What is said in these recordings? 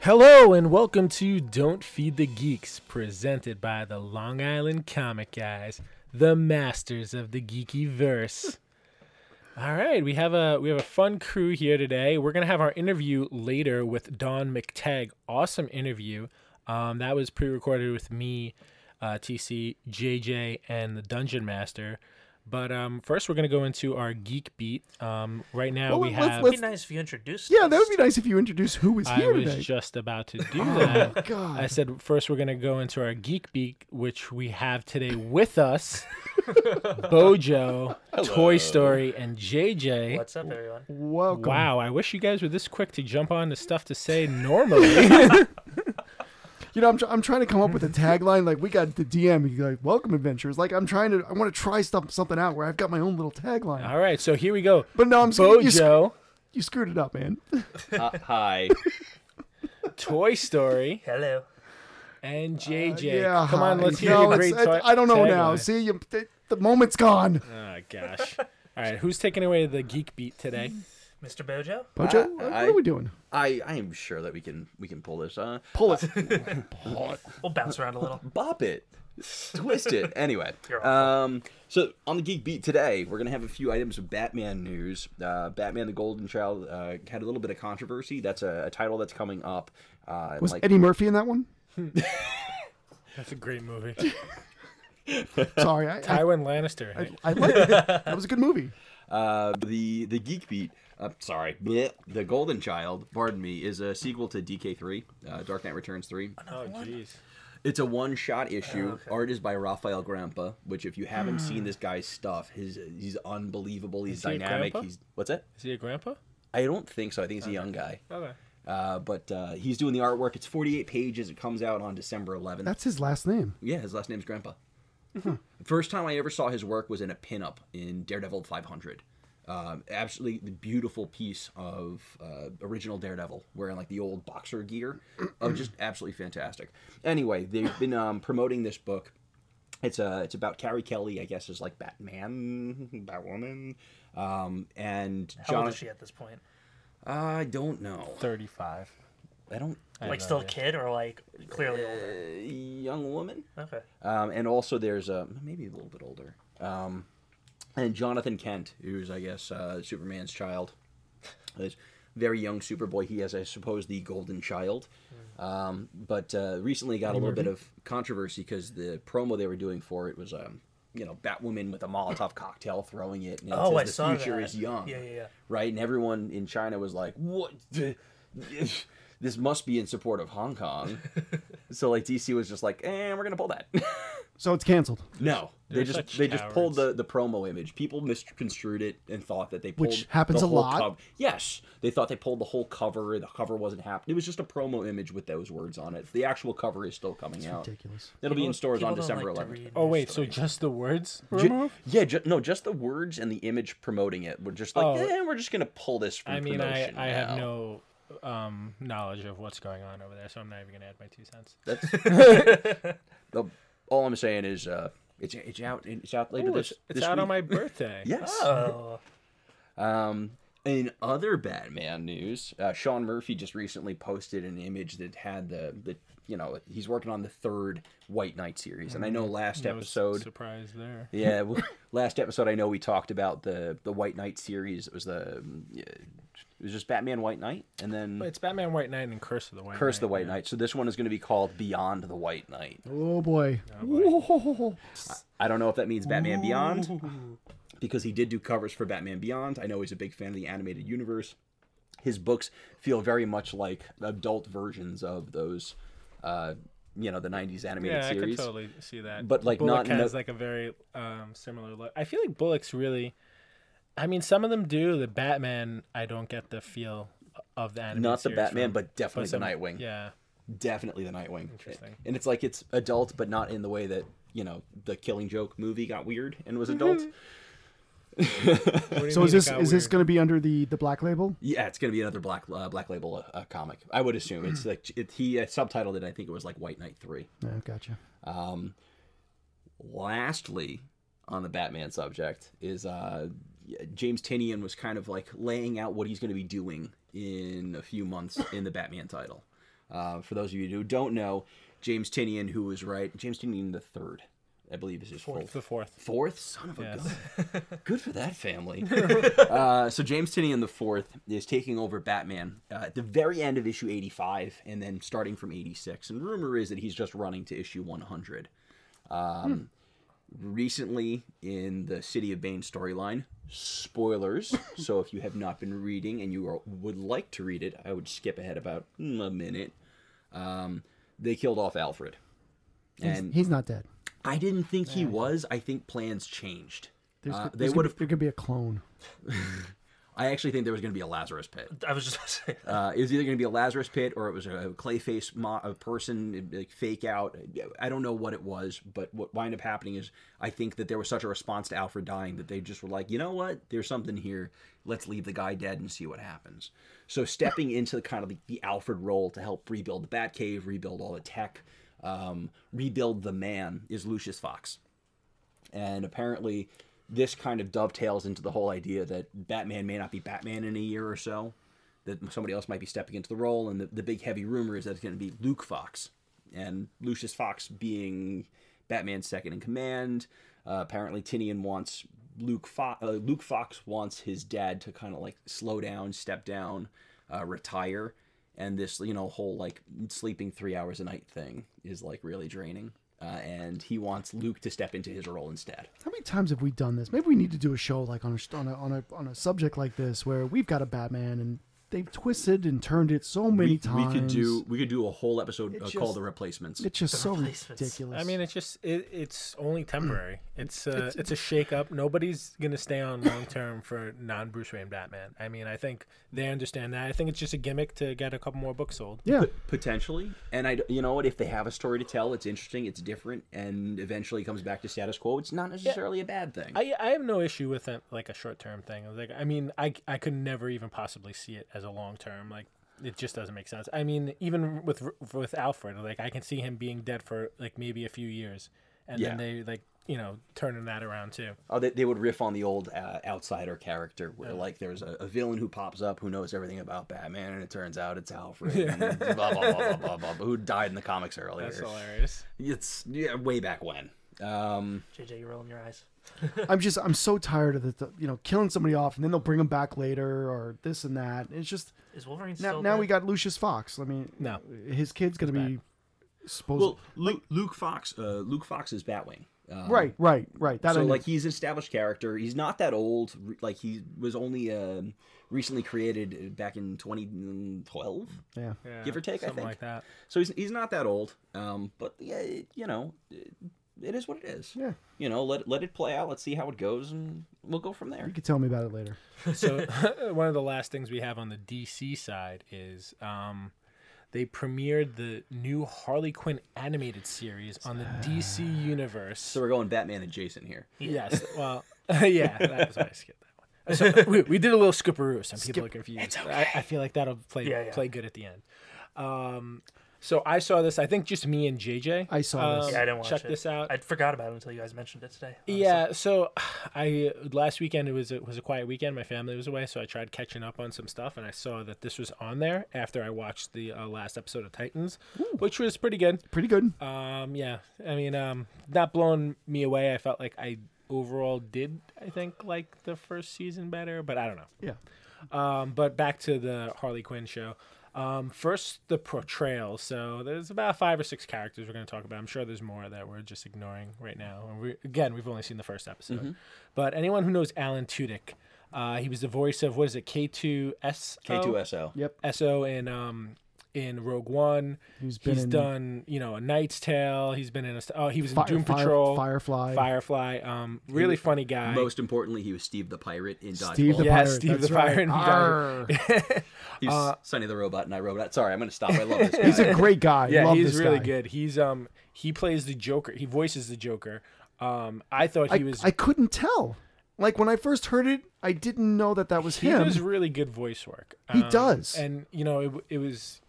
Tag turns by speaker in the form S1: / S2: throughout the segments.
S1: Hello and welcome to Don't Feed the Geeks, presented by the Long Island Comic Guys, the masters of the geeky verse. All right, we have a we have a fun crew here today. We're gonna have our interview later with Don McTagg. Awesome interview. Um, that was pre-recorded with me, uh, TC, JJ, and the Dungeon Master. But um, first, we're gonna go into our geek beat. Um, right now,
S2: Well,
S1: we
S2: let's-
S1: have.
S2: let's-
S3: It'd be nice if you introduced.
S2: Yeah, that
S3: us.
S2: would be nice if you introduce who is
S1: I
S2: here
S1: was
S2: today.
S1: just about to do that. I
S2: God.
S1: said first we're gonna go into our geek beat, which we have today with us, Bojo, Toy Story, and JJ.
S3: What's up, everyone?
S2: Welcome.
S1: Wow, I wish you guys were this quick to jump on to stuff to say normally.
S2: You know, I'm, tr- I'm trying to come up with a tagline. Like, we got the DM, and you're like, welcome, adventurers. Like, I'm trying to, I want to try stuff, something out where I've got my own little tagline.
S1: All right, so here we go.
S2: but no, I'm sc- you, sc-
S1: Bojo,
S2: you screwed it up, man.
S4: Uh, hi.
S1: Toy Story,
S3: Hello.
S1: and JJ.
S2: Uh, yeah.
S1: Come on,
S2: hi.
S1: let's hear
S2: no,
S1: your
S2: it's-
S1: great.
S2: I,
S1: ta-
S2: I don't know now.
S1: tagline.
S2: See, you, the, the moment's gone.
S1: Oh gosh. All right, who's taking away the geek beat today?
S3: Mr. Bojo?
S2: Bojo,
S4: I-
S2: what
S4: I-
S2: are we doing?
S4: I I am sure that we can we can pull this. Uh,
S2: Pull it.
S3: We'll bounce around a little.
S4: bop it, twist it. Anyway,
S3: You're
S4: um, so on the geek beat today, we're gonna have a few items of Batman news. Uh, Batman: The Golden Child uh, had a little bit of controversy. That's a, a title that's coming up. Uh,
S2: Was
S4: like,
S2: Eddie Murphy in that one?
S1: That's a great movie.
S2: Sorry. I, I,
S1: Tywin Lannister. I,
S2: I liked it. That was a good movie.
S4: Uh, the the Geek Beat. Uh, sorry, bleh, the Golden Child. Pardon me. Is a sequel to DK3, uh, Dark Knight Returns three.
S1: oh jeez.
S4: It's a one-shot issue.
S1: Oh,
S4: Art is by Raphael Grampa, which if you haven't seen this guy's stuff, his he's unbelievable. He's
S1: Hmm. he a
S4: dynamic.
S1: grandpa?
S4: He's what's it?
S1: Is he a grandpa?
S4: I don't think so. I think he's a young guy.
S1: Okay.
S4: Uh, but uh, he's doing the artwork. It's 48 pages. It comes out on December 11th.
S2: That's his last name.
S4: yeah, his last name's Grandpa. First time I ever saw his work was in a pinup in Daredevil 500. Um, absolutely the beautiful piece of uh, original Daredevil, wearing like the old boxer gear. Oh, just absolutely fantastic. Anyway, they've been um, promoting this book. It's uh, it's about Carrie Kelly, I guess, is like Batman, Batwoman, um, and
S3: How old is
S4: Jonathan.
S3: she at this point?
S4: I don't know.
S1: Thirty-five.
S4: I don't. uh,
S3: Like, still a kid or like clearly older?
S4: young woman.
S3: Okay.
S4: Um, and also there's a maybe a little bit older. Um, and Jonathan Kent, who's I guess uh, Superman's child, is very young Superboy. He has, I suppose, the golden child.
S3: Hmm.
S4: Um, but uh, recently got a little bit of controversy because the promo they were doing for it was, um, you know, Batwoman with a Molotov cocktail throwing it. And it
S3: Oh,
S4: says
S3: I
S4: the
S3: saw
S4: future
S3: that.
S4: is young
S3: Yeah, yeah, yeah.
S4: right? And everyone in China was like, "What? the- This must be in support of Hong Kong." so like DC was just like, "And we're gonna pull that."
S2: So it's canceled.
S4: no, they
S1: They're
S4: just
S1: such
S4: they just pulled the
S1: cowards.
S4: the promo image. People misconstrued it and thought that they pulled
S2: Which happens
S4: the
S2: a
S4: whole
S2: lot.
S4: cov- yes, they thought they pulled the whole cover. The cover wasn't happening. It was just a promo image with those words on it. The actual cover is still coming out.
S2: Ridiculous.
S4: It'll be in stores on
S3: People don't
S4: December
S3: like to
S4: 11th.
S3: read
S1: Oh
S3: news
S1: wait, so
S3: stories.
S1: just the words
S4: Ju-
S1: removed?
S4: yeah, ju- no, just the words and the image promoting it. We're just like,
S1: Oh.
S4: eh, we're just gonna pull this. From
S1: I mean, I,
S4: promotion
S1: I have
S4: now."
S1: no um, knowledge of what's going on over there, so I'm not even gonna add my two cents.
S4: That's the, all I'm saying is uh, it's it's out it's out later
S1: Ooh,
S4: this
S1: it's it's
S4: this
S1: out on
S4: week.
S1: my Ah. birthday.
S4: yes.
S3: Oh,
S4: Um, in other Batman news, uh, Sean Murphy just recently posted an image that had the the you know he's working on the third White Knight series, and I
S1: Mm-hmm.
S4: know last
S1: No s-
S4: episode.
S1: surprise there.
S4: yeah, w- last episode I know we talked about the the White Knight series. It was the um, yeah, it was just Batman White Knight, and then
S1: But it's Batman White Knight and Curse of the White
S4: Curse of the
S1: Knight,
S4: White
S1: yeah.
S4: Knight. So this one is going to be called Beyond the White Knight.
S2: Oh, boy. Whoa.
S4: I don't know if that means Batman Beyond, because he did do covers for Batman Beyond. I know he's a big fan of the animated universe. His books feel very much like adult versions of those, uh, you know, the '90s animated
S1: Yeah, I could
S4: series.
S1: totally see that.
S4: But, like,
S1: Bullock
S4: not in
S1: has
S4: the-
S1: like a very um, similar look. I feel like Bullock's really. I mean, some of them do. The Batman, I don't get the feel of the anime.
S4: Not the Batman, but definitely the
S1: some-
S4: Nightwing.
S1: Yeah,
S4: Definitely the Nightwing.
S1: Interesting.
S4: And it's like it's adult, but not in the way that you know the Killing Joke movie got weird and
S1: Mm-hmm.
S4: was adult.
S1: What do you
S2: So
S1: mean
S2: is
S1: it
S2: this
S1: got
S2: is this
S1: weird?
S2: going to be under the the black label?
S4: Yeah, it's gonna be another black uh, black label uh, uh, comic. I would assume it's like it, he uh, subtitled it. I think it was like White Knight Three.
S2: No, gotcha.
S4: Um, lastly, on the Batman subject is uh, James Tinian was kind of like laying out what he's going to be doing in a few months in the Batman title. Uh, for those of you who don't know, James Tinian, who was right, James Tinian the third, I believe is his full-
S1: Fourth. The fourth.
S4: Fourth, son of a
S1: Yes.
S4: gun. Good for that family. uh, so James Tinian the fourth is taking over Batman uh, at the very end of issue eighty-five, and then starting from eighty-six. And rumor is that he's just running to issue one hundred. Um, Recently, in the City of Bane storyline, spoilers. so if you have not been reading and you are, would like to read it, I would skip ahead about mm, a minute. Um, they killed off Alfred.
S2: He's, he's not dead.
S4: I didn't think he was. I think plans changed.
S2: There's,
S4: Uh,
S2: there's
S4: they
S2: gonna-
S4: would have.
S2: There could be a clone.
S4: I actually think there was going to be a Lazarus pit.
S3: I was just about to say that.
S4: Uh, it was either going to be a Lazarus pit or it was a clayface mo- a person like, fake out. I don't know what it was, but what wind up happening is I think that there was such a response to Alfred dying that they just were like, you know what, there's something here. Let's leave the guy dead and see what happens. So stepping into the kind of the, the Alfred role to help rebuild the Batcave, rebuild all the tech, um, rebuild the man is Lucius Fox. And apparently, this kind of dovetails into the whole idea that Batman may not be Batman in a year or so, that somebody else might be stepping into the role. And the, the big heavy rumor is that it's going to be Luke Fox. And Lucius Fox being Batman's second in command. Uh, apparently, Tinian wants Luke, Fo- uh, Luke Fox wants his dad to kind of like slow down, step down, uh, retire. And this, you know, whole like sleeping three hours a night thing is like really draining. Uh, and he wants Luke to step into his role instead.
S2: How many times have we done this? Maybe we need to do a show like on a on a on a, on a subject like this where we've got a Batman and they've twisted and turned it so many times.
S4: We could do we could do a whole episode uh, called
S2: just-
S4: the replacements.
S2: It's just so
S3: replacements.
S2: ridiculous.
S1: I mean, it's just it, it's only temporary. It's uh, it's, a shake up. Nobody's gonna stay on long term for non Bruce Wayne Batman. I mean, I think they understand that. I think it's just a gimmick to get a couple more books sold.
S2: yeah.
S4: Potentially, and I, d- you know what? If they have a story to tell, it's interesting, it's different, and eventually comes back to status quo. It's not necessarily a bad thing.
S1: I, I have no issue with it, like a short term thing. Like I mean, I I could never even possibly see it as a long term. Like it just doesn't make sense. I mean, even with with Alfred, like I can see him being dead for like maybe a few years, and
S4: Yeah.
S1: then they like you know turning that around too.
S4: Oh, they, they would riff on the old uh, outsider character, where like there's a, a villain who pops up who knows everything about Batman, and it turns out it's Alfred, and blah, blah, blah, blah, blah, blah, who died in the comics earlier.
S1: That's hilarious.
S4: It's yeah, way back when. Um,
S3: JJ, you're rolling your eyes.
S2: I'm just I'm so tired of the, the you know killing somebody off and then they'll bring them back later or this and that. It's just
S3: Is Wolverine
S2: now
S3: still
S2: now
S3: dead?
S2: we got Lucius Fox. I mean,
S1: No.
S2: his kid's gonna be supposed
S4: well, Luke, Luke Fox, uh, Luke Fox is Batwing. Um,
S2: right, right, right. That I
S4: so
S2: know.
S4: like he's an established character. He's not that old. Re- Like he was only um, recently created uh, back in 2012,
S2: yeah.
S1: Yeah,
S4: give or take. I
S1: something
S4: think.
S1: like that.
S4: So he's, he's not that old. Um, but yeah, it- you know, it, it is what it is.
S2: Yeah.
S4: You know, let let it play out. Let's see how it goes, and we'll go from there.
S2: You could tell me about it later.
S1: so one of the last things we have on the DC side is um, they premiered the new Harley Quinn animated series on the DC universe.
S4: So we're going Batman adjacent here.
S2: Oh,
S1: Yes. Well, yeah, that was why I skipped that one. So we, we did a little skipperoo. Some people are confused. I, I feel like that'll play
S3: Yeah, yeah.
S1: play good at the end. Um, so I saw this. I think just me and JJ.
S2: I saw this.
S1: um,
S3: Yeah, I didn't watch
S1: check
S3: it.
S1: this out.
S3: I forgot about it until you guys mentioned it today. honestly.
S1: Yeah, so I last weekend it was it was a quiet weekend. My family was away, so I tried catching up on some stuff, and I saw that this was on there after I watched the uh, last episode of Titans, which was pretty good.
S2: Pretty good.
S1: Um, yeah, I mean, um, not blowing me away. I felt like I overall did I think like the first season better, but I don't know.
S2: Yeah.
S1: Um, but back to the Harley Quinn show. Um, first, the portrayal. So there's about five or six characters we're going to talk about. I'm sure there's more that we're just ignoring right now. And we, again, we've only seen the first episode. But anyone who knows Alan Tudyk, uh, he was the voice of what is it, K2S?
S4: K2SO.
S2: Yep.
S1: SO in um in Rogue One.
S2: He's been
S1: he's
S2: in-
S1: done you know a Knight's Tale. He's been in a st- oh he was
S2: Fire-
S1: in Doom
S2: Fire-
S1: Patrol,
S2: Firefly.
S1: Firefly. Um, really funny guy.
S4: Most importantly, he was Steve the pirate in Dodgeball.
S2: Steve the
S1: Yeah,
S2: Pirate.
S1: Steve
S2: that's
S1: the
S2: right.
S1: Pirate. He does it.
S2: Arr.
S4: He's Sonny the robot, and I robot. Sorry, I'm gonna stop. I love this guy.
S2: He's a great guy.
S1: yeah,
S2: Love
S1: he's
S2: this
S1: really
S2: guy.
S1: good. He's um he plays the Joker. He voices the Joker. Um, I thought
S2: I,
S1: he was
S2: I couldn't tell. Like when I first heard it, I didn't know that that was
S1: he
S2: him.
S1: does really good voice work. Um,
S2: He does.
S1: and you know it, w- it was.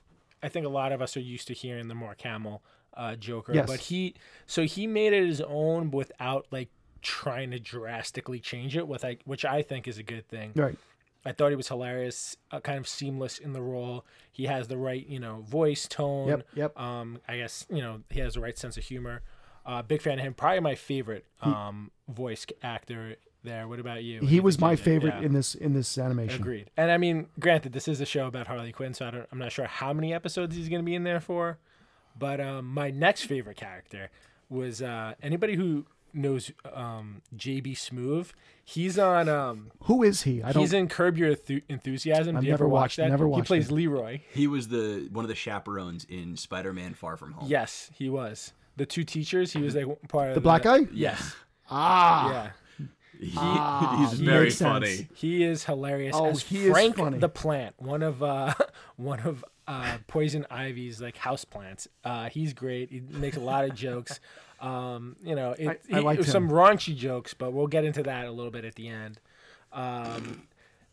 S1: I think a lot of us are used to hearing the more Camel uh, Joker,
S2: Yes.
S1: but he so he made it his own without like trying to drastically change it with like which I think is a good thing.
S2: Right.
S1: I thought he was hilarious, uh, kind of seamless in the role. He has the right, you know, voice tone.
S2: Yep, yep.
S1: Um, I guess you know he has the right sense of humor. Uh, big fan of him. Probably my favorite um, voice actor there. What about you? What do
S2: He
S1: you
S2: was
S1: think,
S2: my
S1: David?
S2: favorite
S1: Yeah.
S2: in this in this animation.
S1: Agreed. And I mean, granted, this is a show about Harley Quinn, so I don't, I'm not sure how many episodes he's going to be in there for. But um, my next favorite character was uh, anybody who knows um, JB Smoove. He's on. Um,
S2: Who is he? I don't.
S1: he's in Curb Your Enthu- Enthusiasm.
S2: I've
S1: Do you
S2: never
S1: ever watch
S2: watched-
S1: that?
S2: never
S1: he
S2: watched
S1: plays
S2: it.
S1: Leroy.
S4: He was the one of the chaperones in Spider-Man: Far From Home.
S1: Yes, he was. The two teachers. He was like part of
S2: the black guy?
S1: Yes.
S2: Ah,
S1: Yeah.
S4: he, he's
S2: he
S4: very
S2: makes sense.
S4: funny.
S1: He is hilarious
S2: Oh,
S1: as
S2: he is
S1: Frank
S2: funny.
S1: the plant, one of uh, one of uh, Poison Ivy's like house plants. Uh, he's great. He makes a lot of jokes. Um, you know, it,
S2: I
S1: he-
S2: liked
S1: it was some
S2: him.
S1: raunchy jokes, but we'll get into that a little bit at the end. Um,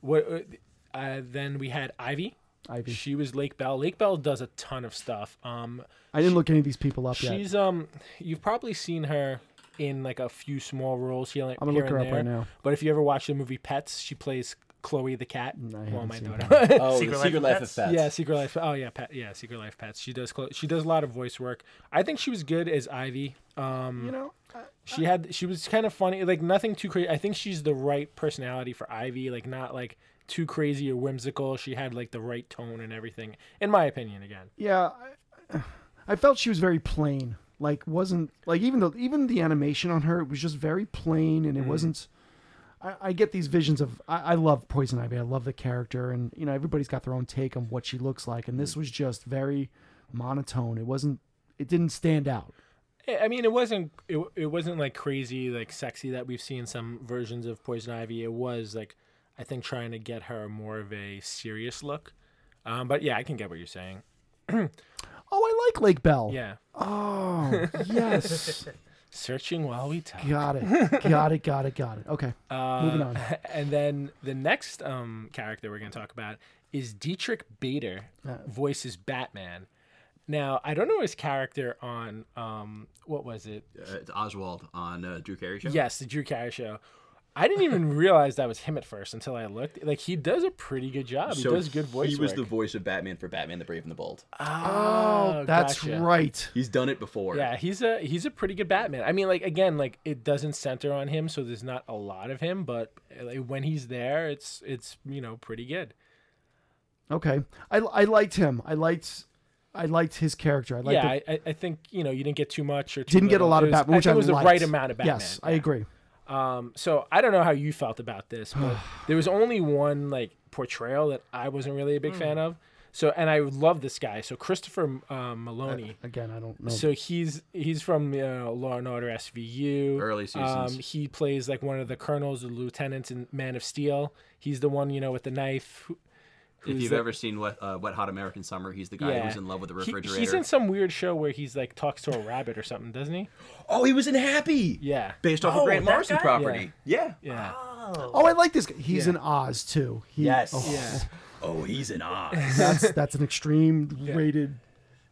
S1: what uh, then we had Ivy.
S2: Ivy.
S1: She was Lake Bell. Lake Bell does a ton of stuff. Um,
S2: I didn't look any of these people up yet.
S1: She's um, you've probably seen her in like a few small roles here, like,
S2: I'm gonna
S1: here
S2: look her
S1: and
S2: up right
S1: there.
S2: now.
S1: But if you ever watch the movie Pets, she plays Chloe the cat.
S2: I
S1: well,
S2: haven't
S1: my
S2: seen
S1: daughter.
S4: Oh,
S3: Secret the Life Secret of Life of Pets.
S4: Pets.
S1: yeah, Secret Life. Oh yeah, pet, yeah, Secret Life Pets. She does. Chlo- she does a lot of voice work. I think she was good as Ivy. Um,
S2: you know,
S1: she had. She was kind of funny. Like nothing too crazy. I think she's the right personality for Ivy. Like not like too crazy or whimsical. She had like the right tone and everything. In my opinion, again.
S2: yeah, I, I felt she was very plain. Like wasn't like even though even the animation on her it was just very plain and it
S1: Mm.
S2: wasn't. I, I get these visions of I, I love Poison Ivy. I love the character, and you know everybody's got their own take on what she looks like. And this
S1: Mm.
S2: was just very monotone. It wasn't. It didn't stand out.
S1: I I mean, it wasn't it, it wasn't like crazy, like sexy that we've seen some versions of Poison Ivy. It was like, I think trying to get her more of a serious look. Um, but yeah, I can get what you're saying.
S2: Oh, I like Lake Bell.
S1: Yeah,
S2: Oh, yes.
S1: searching while we talk.
S2: Got it. Got it. Got it. Got it. Okay.
S1: Uh,
S2: Moving on.
S1: And then the next um, character we're going to talk about is Dietrich Bader, voices Batman. Now I don't know his character on um, what was it?
S4: Uh, it's Oswald on uh, Drew Carey show.
S1: Yes, the Drew Carey show. I didn't even realize that was him at first until I looked. Like he does a pretty good job. he does good voice
S4: He was the
S1: work.
S4: voice of Batman for Batman: The Brave and the Bold.
S1: oh,
S2: That's
S1: gotcha.
S2: right.
S4: He's done it before.
S1: Yeah, he's a he's a pretty good Batman. I mean, like again, like it doesn't center on him, so there's not a lot of him. But like, when he's there, it's it's you know pretty good.
S2: Okay. I, I liked him. I liked I liked his character. I liked
S1: yeah,
S2: it.
S1: I, I- I think you know you didn't get too much or too
S2: didn't get a
S1: little.
S2: lot
S1: It
S2: of
S1: was-
S2: Batman, which
S1: I
S2: I,
S1: think it was
S2: liked.
S1: the right amount of Batman.
S2: Yes, I agree.
S1: Um, so I don't know how you felt about this, but there was only one like portrayal that I wasn't really a big fan of. So and I love this guy. So Christopher um, Maloney.
S4: Uh,
S2: Again, I don't know.
S1: so he's he's from you know, Law and Order SVU.
S4: Early seasons.
S1: Um, he plays like one of the colonels, the lieutenants in Man of Steel. He's the one you know with the knife. who-
S4: If
S1: who's
S4: you've
S1: the-
S4: ever seen Wet, uh, Wet Hot American Summer, he's the guy who's in love with the
S1: He-
S4: refrigerator.
S1: he's in some weird show where he's like talks to a rabbit or something, doesn't he?
S4: Oh, he was in Happy.
S1: Yeah.
S4: Based off
S3: Oh,
S4: of Grant
S3: that
S4: Morrison
S3: guy?
S4: property. Yeah.
S1: Yeah.
S3: Oh,
S2: oh, I like this guy. He's in Oz too. He,
S4: Yes.
S2: oh,
S1: Yeah.
S4: Oh, he's in Oz.
S2: That's that's an extreme rated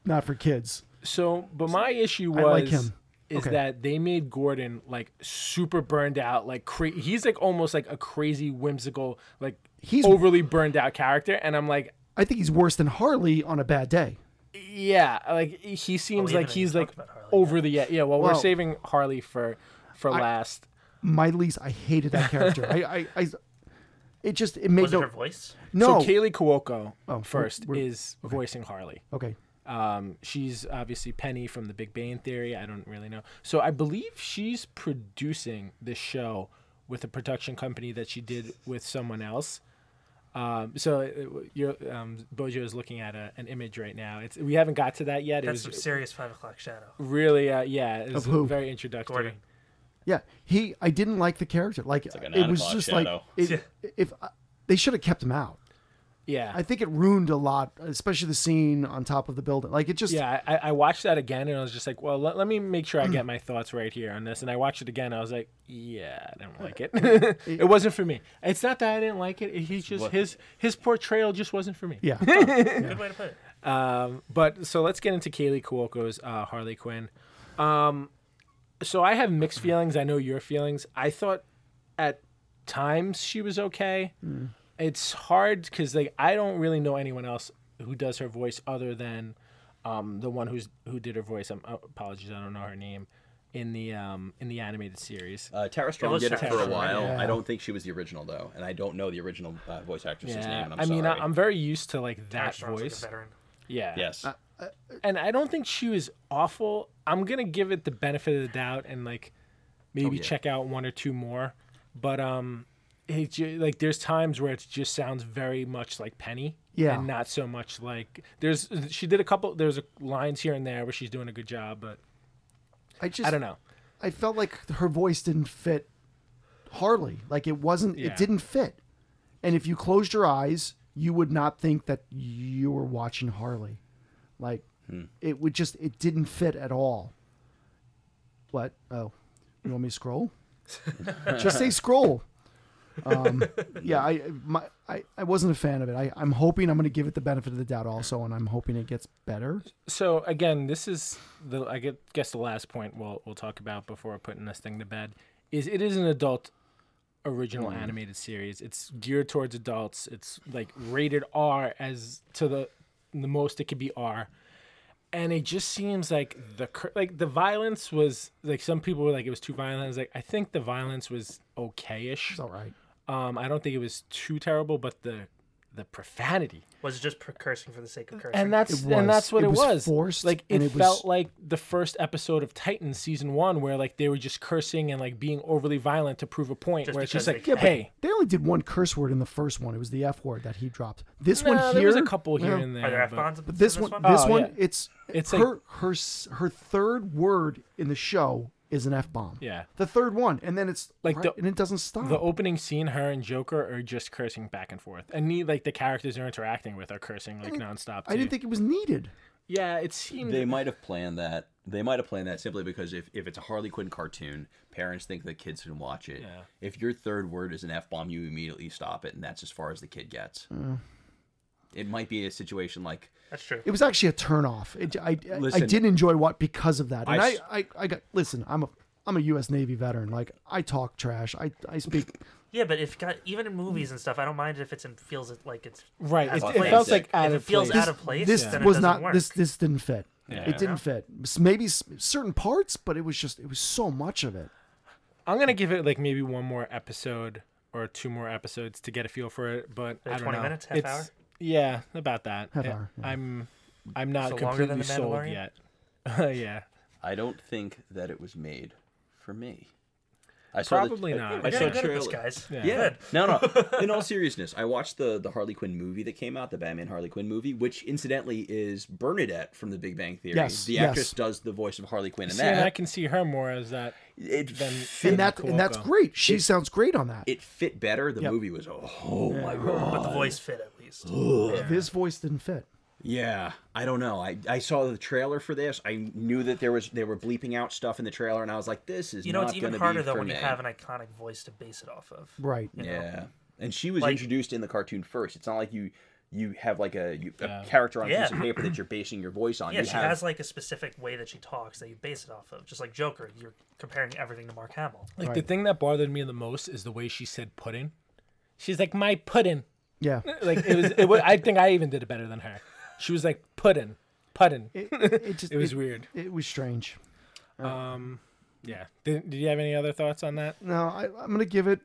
S2: not for kids.
S1: So, but my issue was
S2: I like him.
S1: is
S2: Okay.
S1: that they made Gordon like super burned out, like cra- he's like almost like a crazy whimsical, like
S2: He's-
S1: overly burned out character, and I'm like,
S2: I think he's worse than Harley on a bad day.
S1: yeah, like he seems
S3: we haven't
S1: like he's
S3: even
S1: like
S3: talked about Harley
S1: over the e-, yeah. Well, we're
S2: Well-
S1: saving Harley for for last.
S2: My least I hated that character. I, I I it just it made
S3: was
S2: no
S3: it her voice?
S2: No. Oh,
S1: So Kaylee Cuoco 1st
S2: we're-
S1: is voicing Harley.
S2: okay.
S1: Um, she's obviously Penny from the Big Bang Theory. I don't really know. So I believe she's producing this show with a production company that she did with someone else. Um, so uh, you're, um, Bojo is looking at a, an image right now. It's we haven't got to that yet. It
S3: That's some
S1: was
S3: serious five o'clock shadow.
S1: really uh, yeah, it was
S2: who?
S1: very introductory.
S3: Gordon.
S2: Yeah, he. I didn't like the character. Like,
S4: an
S2: it was
S4: Autobot
S2: just
S4: shadow.
S2: like it, if I, they should have kept him out.
S1: Yeah,
S2: I think it ruined a lot, especially the scene on top of the building. Like it just.
S1: yeah. I, I watched that again and I was just like, well, let, let me make sure I get my thoughts right here on this. And I watched it again. I was like, yeah, I don't like it. it wasn't for me. It's not that I didn't like it. He's just his his portrayal just wasn't for me.
S2: Yeah.
S3: Good way to put it.
S1: Um, but so let's get into Kaylee Cuoco's uh, Harley Quinn. Um, so I have mixed feelings. I know your feelings. I thought at times she was okay. it's hard because like I don't really know anyone else who does her voice other than um, the one who's who did her voice. Um, oh, apologies, I don't know her name in the um, in the animated series.
S4: Uh, Tara Strong
S3: was
S4: did it
S3: Tara
S4: for a
S3: Strong,
S4: while.
S2: yeah.
S4: I don't think she was the original though, and I don't know the original uh, voice actress's name.
S1: yeah,
S4: And I'm
S1: I mean
S4: sorry.
S1: I, I'm very used to like
S3: Tara
S1: that
S3: Strong's like a
S1: voice.
S3: veteran.
S1: yeah,
S4: yes.
S1: and I don't think she was awful. I'm gonna give it the benefit of the doubt and like maybe
S4: yeah.
S1: check out one or two more. But um, it ju- like there's times where it just sounds very much like Penny,
S2: Yeah.
S1: and not so much like there's. She did a couple. There's a, lines here and there where she's doing a good job, but
S2: I just
S1: I don't know.
S2: I felt like her voice didn't fit Harley. Like it wasn't.
S1: Yeah.
S2: It didn't fit. And if you closed your eyes, you would not think that you were watching Harley. Like it would just. It didn't fit at all. What? Oh, you want me to scroll? just say scroll. Um, yeah, I my I, I wasn't a fan of it. I, I'm hoping I'm going to give it the benefit of the doubt also, and I'm hoping it gets better.
S1: So again, this is the I get- guess the last point we'll we'll talk about before putting this thing to bed is it is an adult original animated series. It's geared towards adults. It's like rated R as to the the most it could be R. And it just seems like the cur- like the violence was like some people were like it was too violent. I was like I think the violence was okayish.
S2: It's all right.
S1: Um, I don't think it was too terrible, but the the profanity
S3: Was it just per- cursing for the sake of cursing?
S1: and that's
S2: It
S1: and
S2: was.
S1: that's what
S2: It
S1: it,
S2: was
S1: was.
S2: forced,
S1: like it,
S2: and it was-
S1: felt like the first episode of Titan season one, where like they were just cursing and like being overly violent to prove a point.
S3: Just
S1: where it's just like,
S3: because they can.
S1: hey,
S2: They only did one curse word in the first one. It was the F word that he dropped. This
S1: nah,
S2: one here,
S1: there was a couple here
S2: Yeah.
S1: and there.
S3: Are there F
S1: but-
S3: bombs?
S2: But this, one,
S1: Oh,
S2: this one,
S1: yeah.
S2: it's
S1: It's
S2: her her s- her third word in the show is an f bomb.
S1: Yeah.
S2: the third one, and then it's
S1: Like
S2: like
S1: the-
S2: and it doesn't stop.
S1: The opening scene, her and Joker are just cursing back and forth, and the, like the characters they're interacting with are cursing like nonstop.
S2: I
S1: too.
S2: didn't think it was needed.
S1: Yeah, it seemed.
S4: They might have planned that. They might have planned that simply because if, if it's a Harley Quinn cartoon, parents think the kids can watch it.
S1: Yeah.
S4: If your third word is an F bomb, you immediately stop it, and that's as far as the kid gets.
S1: Mm.
S4: It might be a situation like
S3: That's true.
S2: It was actually a turnoff. It, I I- I,
S4: Listen.
S2: did enjoy what because of that, and
S4: I
S2: I,
S4: s-
S2: I, I, got listen. I'm a I'm a U.S. Navy veteran. Like I talk trash. I I speak.
S3: Yeah, but if got even in movies and stuff, I don't mind if it's in feels it like it's
S1: right, it,
S3: out of
S1: it
S3: place.
S1: felt like
S4: If
S1: out
S3: it
S1: of
S3: feels
S1: place.
S3: out of place,
S2: this
S3: then it
S2: was
S3: doesn't
S2: not
S3: work.
S2: this this didn't fit. It
S1: Yeah.
S2: didn't fit. S- Maybe s- certain parts, but it was just it was so much of it.
S1: I'm gonna give it like maybe one more episode or two more episodes to get a feel for it, but I
S3: Like
S1: don't
S3: 20
S1: know.
S3: minutes, half
S1: It's-
S3: hour?
S1: Yeah, about that.
S2: Half
S1: I-
S2: hour, yeah.
S1: I'm I'm not
S3: So longer than
S1: completely
S3: The
S1: sold
S3: Mandalorian?
S1: yet. yeah.
S4: I don't think that it was made for me. I
S1: Probably
S4: I-
S1: not.
S4: I,
S1: We're
S4: saw
S3: You're good at
S4: trailers.
S3: this, guys.
S1: Yeah.
S4: Yeah.
S3: Good.
S4: No, no. In all seriousness, I watched the the Harley Quinn movie that came out, the Batman Harley Quinn movie, which incidentally is Bernadette from The Big Bang Theory.
S2: Yes,
S4: the
S2: yes.
S4: actress does the voice of Harley Quinn, and
S1: See, and I
S4: that
S1: can see her more as that.
S4: it fit,
S2: And that and that's
S1: Kuoko.
S2: great. She sounds great on that.
S4: it fit better. The movie was oh, my god.
S3: But the voice fit at least.
S2: This voice didn't fit.
S4: Yeah, I don't know. I, I saw the trailer for this. I knew that there was they were bleeping out stuff in the trailer, and I was like, this is
S3: You know,
S4: not
S3: it's even
S4: gonna
S3: harder
S4: be
S3: though
S4: for
S3: when you
S4: me.
S3: have an iconic voice to base it off of.
S2: Right.
S4: Yeah, and she was
S3: Like-
S4: introduced in the cartoon first. It's not like you you have like a, you, a character on a piece
S3: Yeah.
S4: of paper that you're basing your voice on.
S3: Yeah,
S4: you
S3: she
S4: have,
S3: has like a specific way that she talks that you base it off of. Just like Joker, you're comparing everything to Mark Hamill.
S1: Like the thing that bothered me the most is the way she said pudding. She's like my pudding.
S2: Yeah.
S1: Like it was. It was I think I even did it better than her. She was like pudding, pudding.
S2: It, it just
S1: It was weird.
S2: It was strange.
S1: Yeah. Did, did you have any other thoughts on that?
S2: No, I, I'm gonna give it.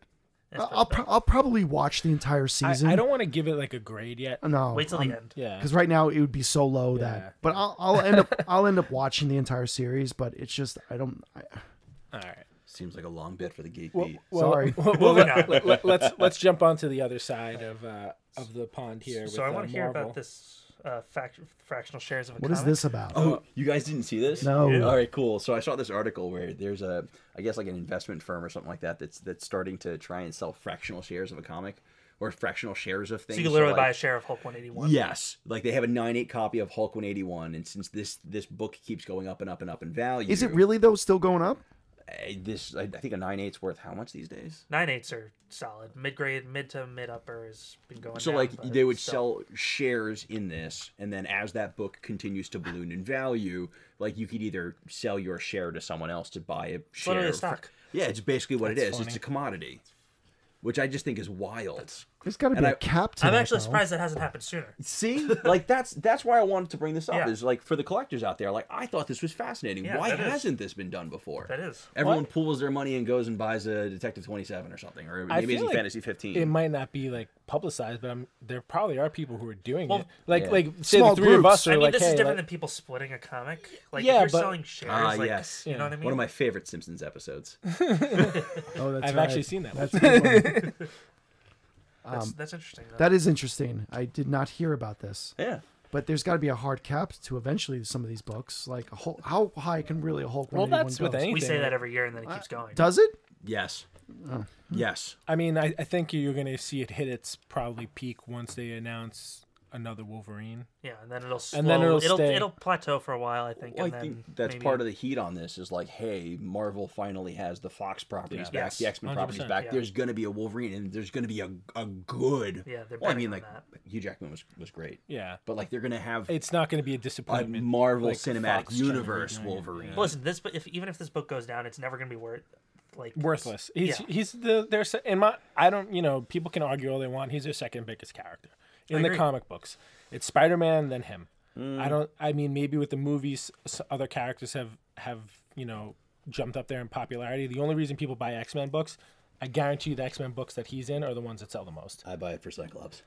S3: That's
S2: I'll pro- I'll probably watch the entire
S1: I,
S2: season.
S1: I don't want to give it like a grade yet.
S2: No,
S3: Wait till the end.
S1: Yeah.
S2: because right now it would be so low
S1: Yeah.
S2: that. But I'll, I'll end up I'll end up watching the entire series. But it's just I don't. I,
S1: All right.
S4: seems like a long bit for the geek beat.
S2: Sorry.
S1: Well, well,
S3: Moving
S1: let,
S3: on.
S1: let, us let's jump on to the other side of uh, of the pond here.
S3: So I
S1: with,
S3: want
S1: uh,
S3: to hear
S1: Marvel.
S3: about this uh, fact- fractional shares of a
S2: what is
S3: comic.
S2: this about?
S4: Oh, you guys didn't see this?
S2: No. Yeah.
S4: All right, cool. So I saw this article where there's a, I guess like an investment firm or something like that that's that's starting to try and sell fractional shares of a comic or fractional shares of things.
S3: So you can literally
S4: like-
S3: buy a share of Hulk 181.
S4: Yes, like they have a nine eight copy of Hulk one eighty one, and since this this book keeps going up and up and up in value,
S2: Is it really though? Still going up?
S4: I- this I, I think a nine eight's worth how much these days?
S3: Nine eights are solid. Mid grade, mid to mid upper has been going.
S4: So
S3: down,
S4: like
S3: but
S4: they would
S3: still.
S4: sell shares in this, and then as that book continues to balloon in value, like you could either sell your share to someone else to buy a share.
S3: literally a
S4: for-
S3: stock.
S4: Yeah, it's basically what it
S1: That's
S4: is.
S1: funny.
S4: It's a commodity, which I just think is wild.
S2: There's got to be
S4: And
S2: a
S4: I-
S2: cap to
S3: I'm
S2: that,
S3: actually
S2: though.
S3: surprised that hasn't happened sooner.
S4: See, like that's that's why I wanted to bring this up
S3: Yeah.
S4: is like for the collectors out there. Like I thought this was fascinating.
S3: Yeah,
S4: why
S3: that is.
S4: hasn't this been done before?
S3: That is.
S4: Everyone pools their money and goes and buys a Detective Twenty Seven or something, or
S1: I
S4: maybe Amazing
S1: feel like
S4: Fantasy Fifteen.
S1: It might not be like publicized, but I'm, there probably are people who are doing it. Like
S4: yeah.
S1: like say the
S2: Small
S1: three of us
S2: groups.
S1: are
S3: I mean,
S1: like,
S3: this
S1: hey,
S3: is different
S1: like-
S3: than people splitting a comic. Like,
S1: Yeah,
S3: if you're
S1: but-
S3: selling shares,
S4: Ah,
S3: like,
S4: yes.
S3: you know what I mean?
S4: One of my favorite Simpsons episodes.
S2: Oh, that's
S1: I've
S2: right.
S1: actually seen that.
S2: That's
S1: one.
S2: a good one.
S3: that's,
S1: Um,
S3: that's interesting. Though.
S2: that is interesting. I did not hear about this,
S4: yeah.
S2: but there's got to be a hard cap to eventually some of these books. Like a whole, how high can really a Hulk?
S1: Well,
S2: 181
S1: that's with
S2: goes?
S1: anything.
S3: we say that every year, and then it keeps going.
S2: Does it?
S4: Yes. Yes.
S1: I mean, I, I think you're going to see it hit its probably peak once they announce another Wolverine.
S3: Yeah, and then it'll slow,
S1: And then it'll
S3: it'll,
S1: stay.
S3: plateau for a while, I think.
S4: Well, I
S3: and then
S4: think that's
S3: maybe-
S4: part of the heat on this is like, hey, Marvel finally has the Fox properties
S1: Yeah.
S4: back,
S1: Yes.
S4: the X Men properties
S1: 100%,
S4: back.
S3: yeah.
S4: There's gonna be a Wolverine, and there's gonna be a a good.
S3: Yeah, they're
S4: Well, I
S3: betting
S4: mean,
S3: on
S4: like Hugh Jackman was was great,
S1: Yeah.
S4: but like they're gonna have
S1: It's not going to be a
S4: a
S1: disappointment.
S4: Marvel
S1: like
S4: Cinematic
S1: Fox trying to
S4: Universe
S1: redo it,
S4: Wolverine.
S1: yeah.
S3: Well, Listen, this but if even if this book goes down, it's never going to be worth like
S1: Worthless. He's
S3: Yeah.
S1: he's the there's in my I don't you know people can argue all they want. He's their second biggest character in the
S3: agree. Mm.
S1: comic books. It's Spider Man then him. I don't. I mean maybe with the movies s- other characters have have you know jumped up there in popularity. The only reason people buy X Men books. I guarantee you the X Men books that he's in are the ones that sell the most.
S4: I buy it for Cyclops.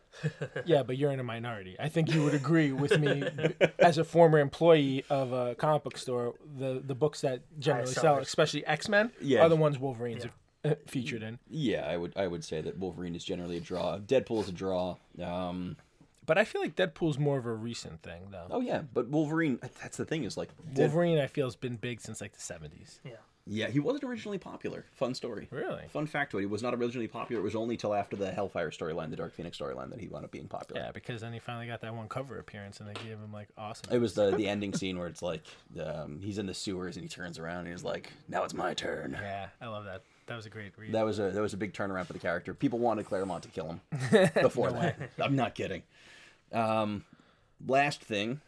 S1: Yeah, but you're in a minority. I think you would agree with me as a former employee of a comic book store. The the books that generally
S3: Highest
S1: sell,
S3: sellers.
S1: especially X Men,
S4: Yeah.
S1: are the ones Wolverines are uh, featured in.
S4: Yeah, I would I would say that Wolverine is generally a draw. Deadpool is a draw. Um,
S1: But I feel like Deadpool's more of a recent thing, though.
S4: oh yeah, but Wolverine. That's the thing is like Dead-
S1: Wolverine, I feel, has been big since like the seventies.
S3: yeah.
S4: Yeah, he wasn't originally popular. Fun story.
S1: Really?
S4: Fun factoid. He was not originally popular. It was only till after the Hellfire storyline, the Dark Phoenix storyline, that he wound up being popular.
S1: Yeah, because then he finally got that one cover appearance, and they gave him like awesome.
S4: It was the, the ending scene where it's like um, he's in the sewers and he turns around and he's like, "Now it's my turn."
S1: yeah, I love that. That was a great read.
S4: That was a that was a big turnaround for the character. People wanted Claremont to kill him before that. I'm not kidding. Um, last thing,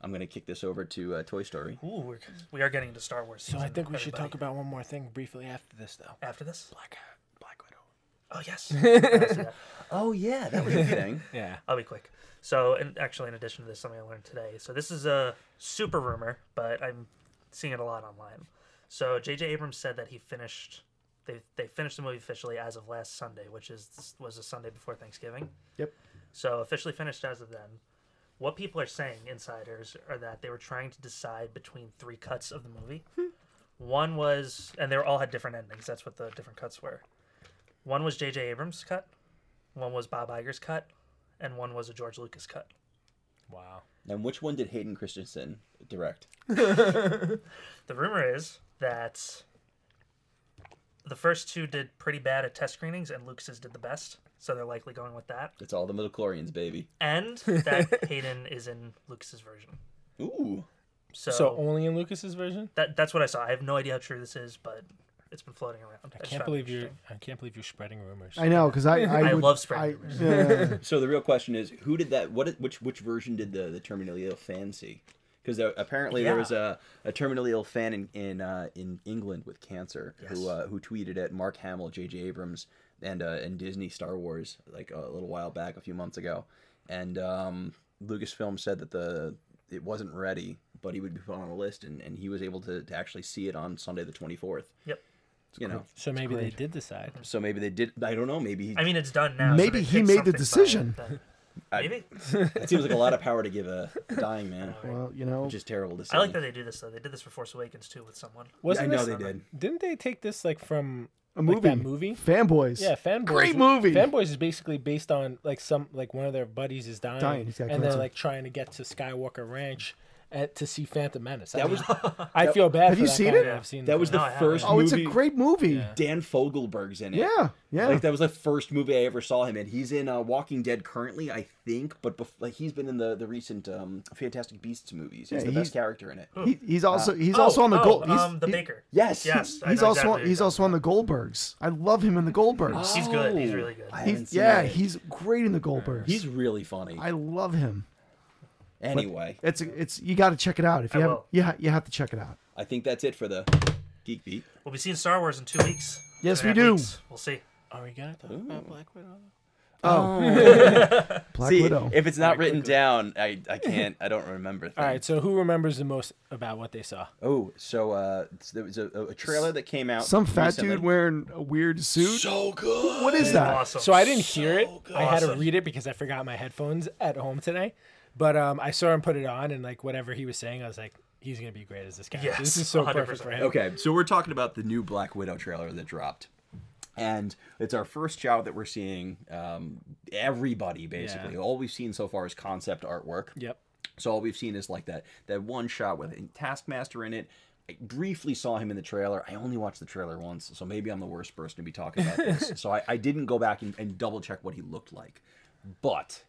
S4: I'm gonna kick this over to uh, Toy Story.
S3: Ooh, we're, we are getting into Star Wars.
S1: so I
S3: season,
S1: think we should talk
S3: everybody.
S1: about one more thing briefly after this, though.
S3: after this.
S1: Black Black Widow.
S3: Oh yes. I wanna see that.
S4: Oh yeah, that was a thing.
S1: Yeah.
S3: I'll be quick. So, and actually, in addition to this, something I learned today. So, this is a super rumor, but I'm seeing it a lot online. So, J.J. Abrams said that he finished. They, they finished the movie officially as of last Sunday, which is was a Sunday before Thanksgiving.
S2: Yep.
S3: So officially finished as of then. What people are saying, insiders, are that they were trying to decide between three cuts of the movie. One was, and they were all had different endings. That's what the different cuts were. One was J.J. Abrams' cut, one was Bob Iger's cut, and one was a George Lucas cut.
S1: Wow.
S4: And which one did Hayden Christensen direct?
S3: The rumor is that the first two did pretty bad at test screenings, and Lucas's did the best, so they're likely going with that.
S4: It's all the midichlorians, baby.
S3: And that Hayden is in Lucas's version.
S4: Ooh.
S1: So only in Lucas's version.
S3: That that's what I saw. I have no idea how true this is, but it's been floating around.
S1: I can't believe you're. I can't believe you're spreading rumors.
S2: I know because I I,
S3: I
S2: would-
S3: love spreading
S2: I-
S3: rumors.
S2: yeah.
S4: So the real question is, who did that? What? Which which version did the the terminally ill fan see? Because there, apparently there was a, a terminally ill fan in in, uh, in England with cancer
S3: Yes.
S4: who uh, who tweeted at Mark Hamill, J.J. Abrams, and uh, and Disney Star Wars like a little while back, a few months ago, and um, Lucasfilm said that the it wasn't ready, but he would be put on a list, and, and he was able to, to actually see it on Sunday the twenty fourth.
S3: Yep.
S4: You know,
S1: so maybe they did decide.
S4: so maybe they did. I don't know. Maybe he,
S3: I mean, it's done now. so
S2: Maybe
S3: they
S2: he
S3: picked
S2: made the
S3: something by
S2: decision.
S3: it, but-
S4: I-
S3: Maybe.
S4: that seems like a lot of power to give a dying man,
S2: Well, you know,
S4: which is terrible to see.
S3: I like that they do this though. They did this for Force Awakens too with someone.
S1: Wasn't
S4: I know
S1: this-
S4: they did.
S1: Didn't they take this like from
S2: a
S1: like,
S2: movie,
S1: that movie?
S2: fanboys.
S1: Yeah, fanboys.
S2: Great movie.
S1: Fanboys is basically based on like some like one of their buddies is dying,
S2: Dying, he's got
S1: and they're
S2: cancer.
S1: like trying to get to Skywalker Ranch at, to see Phantom Menace. I
S4: That
S1: mean,
S4: was
S1: I feel bad.
S2: Have
S1: for
S2: you
S1: that
S2: seen
S1: guy.
S2: it?
S1: Yeah, I've seen
S4: that was
S1: film.
S4: the
S3: No, I haven't.
S4: first
S2: Oh, it's
S4: movie.
S2: a great movie. Yeah,
S4: Dan Fogelberg's in it.
S2: yeah.
S4: Like that was the first movie I ever saw him in. He's in uh, Walking Dead currently, I think, but bef- like he's been in the the recent um, Fantastic Beasts movies. He's
S2: Yeah,
S4: the
S2: he-
S4: best character in it.
S2: He- he's
S1: Uh,
S2: also he's
S3: Oh,
S2: also on the
S3: oh,
S2: gold. He's,
S3: um, the
S2: he-
S3: Baker.
S4: Yes.
S3: Yes. I
S2: he's
S3: know
S2: also
S3: exactly
S2: on,
S3: who
S2: he's
S3: you're
S2: also on the Goldbergs. I love him in the Goldbergs.
S1: Ah.
S3: talking about. He's good. He's really good.
S4: I
S2: He's-
S4: haven't seen
S2: yeah,
S4: it.
S2: he's great in the Goldbergs.
S4: he's really funny.
S2: I love him.
S4: anyway,
S2: It's it's you got to check it out if you
S3: I
S2: haven't.
S3: will.
S2: Yeah, you have to check it out.
S4: I think that's it for the Geek Beat.
S3: We'll be seeing Star Wars in two weeks.
S2: Yes,
S3: Two and a
S2: we
S3: half
S2: do.
S1: Oh,
S3: weeks. We'll see.
S1: Are we gonna talk about Black Widow?
S2: Black
S4: See,
S2: Widow.
S4: if it's not written down, I, I can't. I don't remember. Things.
S1: All right, so who remembers the most about what they saw?
S4: Oh, so uh, it's- there was a, a trailer that came out.
S2: Some fat
S4: recently.
S2: dude wearing a weird suit.
S5: So good.
S2: what is that?
S3: Awesome.
S1: So I didn't hear it. I had to
S3: Awesome.
S1: read it because I forgot my headphones at home today. But um, I saw him put it on, and like whatever he was saying, I was like, he's gonna be great as this guy.
S3: Yes,
S1: this is so perfect
S3: 100%.
S1: for him.
S4: Okay, so we're talking about the new Black Widow trailer that dropped. And it's our first job that we're seeing um, everybody basically.
S1: Yeah.
S4: All we've seen so far is concept artwork.
S1: Yep.
S4: So all we've seen is like that that one shot with Taskmaster in it. I briefly saw him in the trailer. I only watched the trailer once, so maybe I'm the worst person to be talking about this. so I, I didn't go back and, and double check what he looked like. But,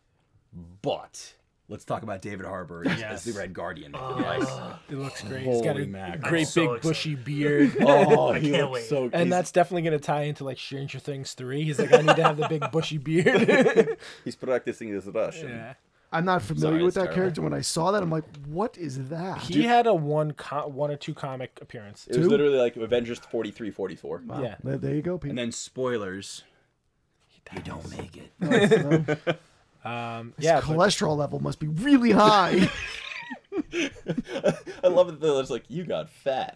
S4: but let's talk about David Harbour as, as the
S1: Yes. Oh,
S4: Red Guardian.
S1: It looks great. He's got
S4: Holy
S1: a
S4: mackerel.
S1: great
S3: I'm so
S1: big
S3: excited.
S1: bushy beard.
S4: oh,
S3: I
S4: he
S3: can't
S4: looks
S3: wait.
S4: so
S1: And
S4: he's-
S1: that's definitely going to tie into like Stranger Things 3. He's like, I need to have the big bushy beard.
S4: he's practicing his rush. and-
S1: yeah.
S2: I'm not familiar
S4: Sorry,
S2: with
S4: it's
S2: that
S4: terrible.
S2: character. When I saw that, I'm like, what is that?
S1: He had a one co- one or two comic appearance.
S4: It was literally like Avengers 43, 44.
S2: Wow.
S1: Yeah.
S2: There, there you go, Pete.
S4: And then spoilers. You don't make it.
S1: yeah. but-
S2: Cholesterol level must be really high.
S4: I love that they're just like, you got fat.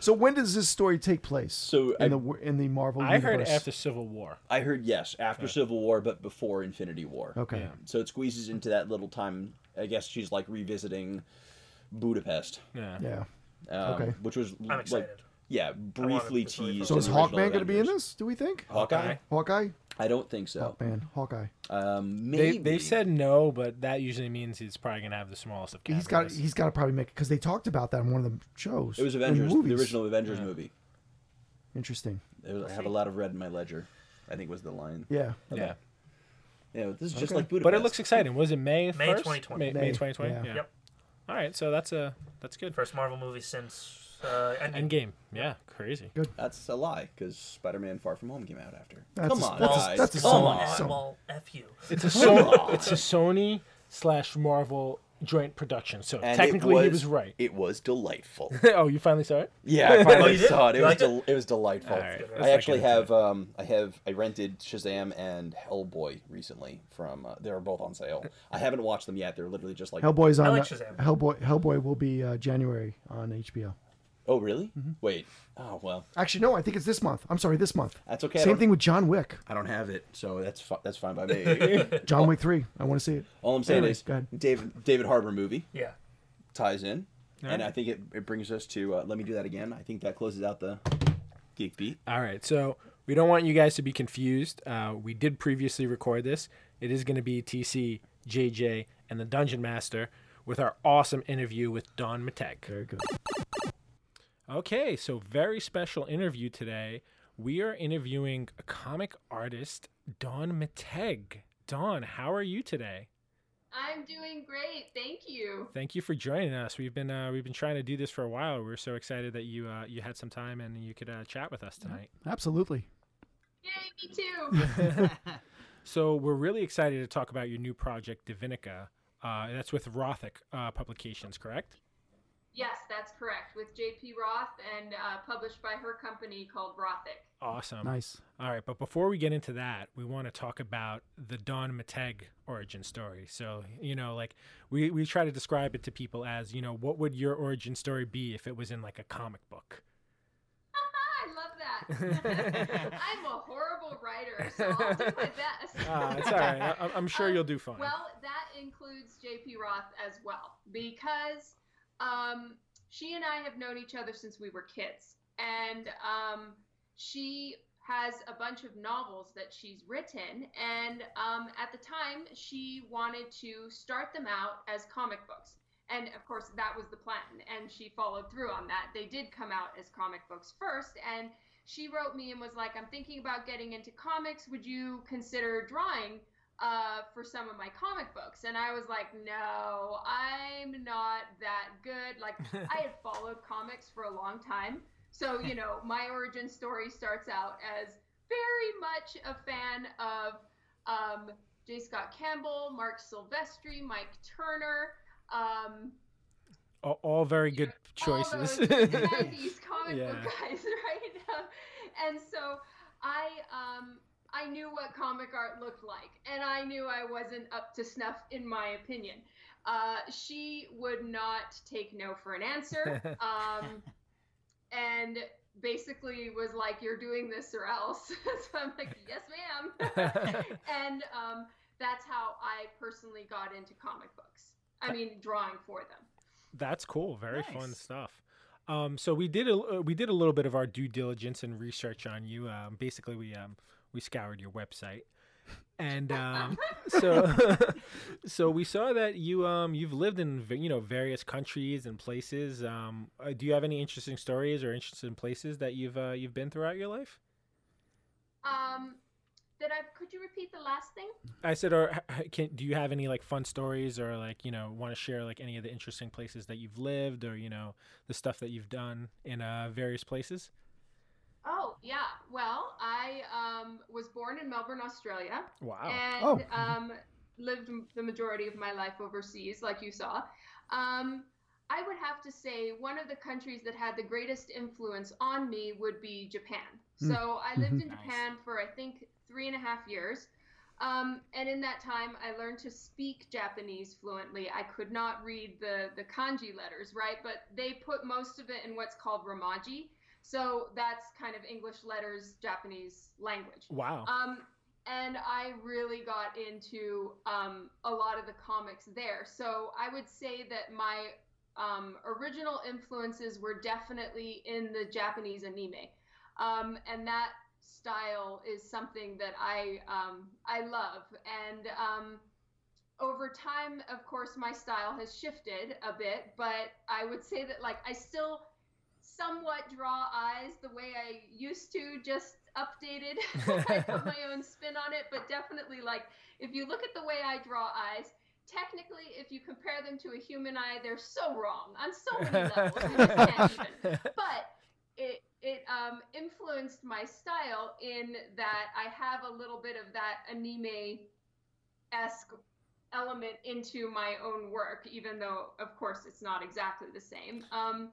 S2: so when does this story take place?
S4: So
S2: in
S4: I-
S2: the in the Marvel
S1: I heard
S2: universe?
S1: after Civil War.
S4: I heard yes, after Civil War, but before Infinity War.
S2: Okay.
S4: So it squeezes into that little time. I guess she's like revisiting Budapest.
S1: Yeah.
S2: Yeah.
S4: um,
S2: Okay.
S4: Which was
S3: I'm
S4: like,
S3: excited.
S4: yeah, briefly
S3: this really
S4: teased.
S2: So
S4: in
S2: is
S4: the original
S2: Hawkman going to be in
S4: Avengers. Oh.
S2: this? Do we think?
S4: Hawkeye?
S2: Hawkeye.
S4: I don't think so.
S2: Man, Hawkeye.
S4: Um,
S1: They,
S4: maybe.
S1: they've said no, but that usually means he's probably going to have the smallest of
S2: He's got.
S1: cameos.
S2: He's got to probably make it because they talked about that in one of the shows.
S4: it was
S2: and
S4: Avengers, the
S2: movies.
S4: original Avengers movie.
S2: Interesting.
S4: It was, I have a lot of red in my ledger. I think was the line.
S2: Yeah.
S1: Yeah.
S4: Yeah, this is just
S2: Okay.
S4: like Budapest.
S1: But it looks exciting. Was it May 1st?
S3: May 2020.
S1: May, May
S2: May,
S1: 2020?
S2: yeah.
S1: Yeah.
S3: Yep.
S1: All right, so that's a that's good.
S3: First Marvel movie since uh, Endgame.
S1: Endgame. Yeah, crazy.
S4: That's a lie because Spider-Man: Far From Home came out after.
S2: That's
S4: come
S2: a-
S4: on,
S2: that's a-
S4: guys.
S2: that's a
S4: come
S2: solid-
S4: on.
S2: solid-
S3: Well, f you.
S1: It's a Sony, it's a Sony slash Marvel joint production. So
S4: And it
S1: technically, he was right.
S4: It was delightful.
S1: oh, you finally saw it?
S4: yeah, I finally
S3: you did?
S4: saw it. It
S3: You
S4: was
S3: liked it?
S4: del- it was delightful.
S1: All right, let's
S4: I
S1: not
S4: actually
S1: get into
S4: have um, I have I rented Shazam and Hellboy recently from uh, they were both on sale. I haven't watched them yet. They're literally just like
S2: Hellboy's on.
S3: like
S2: uh,
S3: Shazam.
S2: Hellboy. Hellboy will be uh, January on HBO.
S4: oh really? Wait. Oh well,
S2: Actually, no. I think it's this month. I'm sorry, this month.
S4: that's okay. I
S2: Same
S4: don't-
S2: thing with John Wick.
S4: I don't have it, so that's fi- that's fine by me.
S2: John Wick three. I want to see it.
S4: All I'm saying
S2: Anyway,
S4: is
S2: go ahead.
S4: David David Harbor movie.
S3: Yeah.
S4: ties in, and I think it, it brings us to uh, let me do that again. I think that closes out the geek beat.
S1: All right, so we don't want you guys to be confused. Uh, we did previously record this. It is going to be TC, JJ, and the Dungeon Master with our awesome interview with Don Matek.
S2: Very good.
S1: Okay, so very special interview today. We are interviewing a comic artist, Don Mateg. Don, how are you today?
S6: I'm doing great. Thank you.
S1: Thank you for joining us. We've been uh, we've been trying to do this for a while. We're so excited that you uh, you had some time and you could uh, chat with us tonight.
S2: Absolutely.
S6: Yay, me too.
S1: So we're really excited to talk about your new project, Divinica. Uh, that's with Rothic uh, Publications, correct?
S6: yes, that's correct. With JP Roth and uh, published by her company called Rothic.
S1: Awesome.
S2: Nice.
S1: All right, but before we get into that, we want to talk about the Don Mateg origin story. So, you know, like we, we try to describe it to people as, you know, what would your origin story be if it was in like a comic book?
S6: I love that. I'm a horrible writer, so I'll do my best.
S1: Ah, it's all right. I, I'm- I'm sure
S6: Um,
S1: you'll do fine.
S6: Well, that includes JP Roth as well because um, she and I have known each other since we were kids. And um, she has a bunch of novels that she's written. And um, at the time, she wanted to start them out as comic books. And of course, that was the plan. And she followed through on that. They did come out as comic books first. And she wrote me and was like, I'm thinking about getting into comics. Would you consider drawing uh, for some of my comic books. And I was like, no, I'm not that good. Like, I had followed comics for a long time. So, you know, my origin story starts out as very much a fan of um, J. Scott Campbell, Mark Silvestri, Mike Turner. Um,
S1: all, all very good
S6: all
S1: choices.
S6: those 90s comic
S1: Yeah.
S6: book guys, right? and so I um, I knew what comic art looked like, and I knew I wasn't up to snuff, in my opinion. Uh, she would not take no for an answer, um, and basically was like, "You're doing this or else." so I'm like, "Yes, ma'am," and um, that's how I personally got into comic books. I mean, drawing for them.
S1: That's cool. Very fun
S7: Nice.
S1: stuff. Um, so we did a uh, we did a little bit of our due diligence and research on you. Um, basically, we um, we scoured your website, and um, so so we saw that you um, you've lived in v- you know various countries and places. Um, uh, do you have any interesting stories or interesting places that you've uh, you've been throughout your life?
S6: Um, did I? Could you repeat the last thing?
S1: I said, or h- h- can, do you have any like fun stories or like you know want to share like any of the interesting places that you've lived or you know the stuff that you've done in uh, various places?
S6: Oh yeah. Well, I um, was born in Melbourne, Australia,
S1: Wow.
S6: and um, lived m- the majority of my life overseas, like you saw. Um, I would have to say one of the countries that had the greatest influence on me would be Japan. So I lived in
S7: Nice.
S6: Japan for I think three and a half years. Um, and in that time, I learned to speak Japanese fluently. I could not read the, the kanji letters, right? But they put most of it in what's called Romaji. So that's kind of English letters, Japanese language.
S1: Wow.
S6: Um, and I really got into um, a lot of the comics there. So I would say that my um, original influences were definitely in the Japanese anime, um, and that style is something that I um, I love. And um, over time, of course, my style has shifted a bit, but I would say that like I still somewhat draw eyes the way I used to, just updated. I put my own spin on it, but definitely, like, if you look at the way I draw eyes, technically, if you compare them to a human eye, they're so wrong on so many levels. you just can't even. But it, it um, influenced my style in that I have a little bit of that anime esque element into my own work, even though, of course, it's not exactly the same. Um,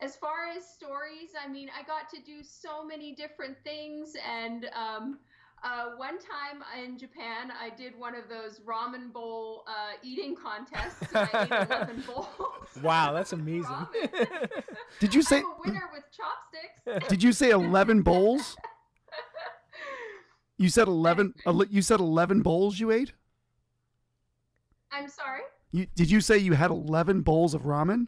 S6: as far as stories, I mean, I got to do so many different things. And um, uh, one time in Japan, I did one of those ramen bowl uh, eating contests. and I ate 11 bowls.
S1: Wow, that's
S6: of
S1: amazing.
S6: ramen.
S2: Did you say
S6: I'm a winner with chopsticks.
S2: Did you say 11 bowls? You said 11 ele- you said 11 bowls you ate?
S6: I'm sorry.
S2: You, did you say you had 11 bowls of ramen?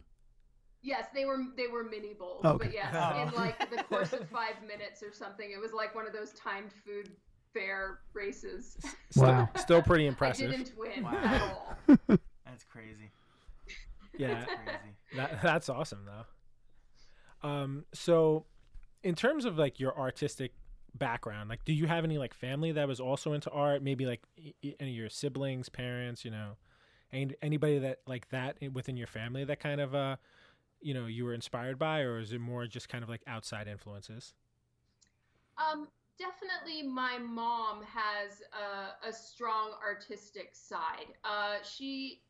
S6: Yes, they were they were mini bowls,
S2: Okay.
S6: but yes,
S7: Oh.
S6: in like the course of five minutes or something, it was like one of those timed food fair races.
S2: Wow.
S1: Still pretty
S6: I
S1: impressive.
S6: didn't win
S7: Wow.
S6: at all.
S7: That's crazy.
S1: Yeah,
S7: That's crazy.
S1: that, that's awesome though. Um, so in terms of like your artistic background, like, do you have any like family that was also into art? Maybe like y- y- any of your siblings, parents, you know, and anybody that like that i- within your family that kind of uh, you know, you were inspired by, or is it more just kind of like outside influences?
S6: Um, definitely, my mom has a, a strong artistic side. Uh, she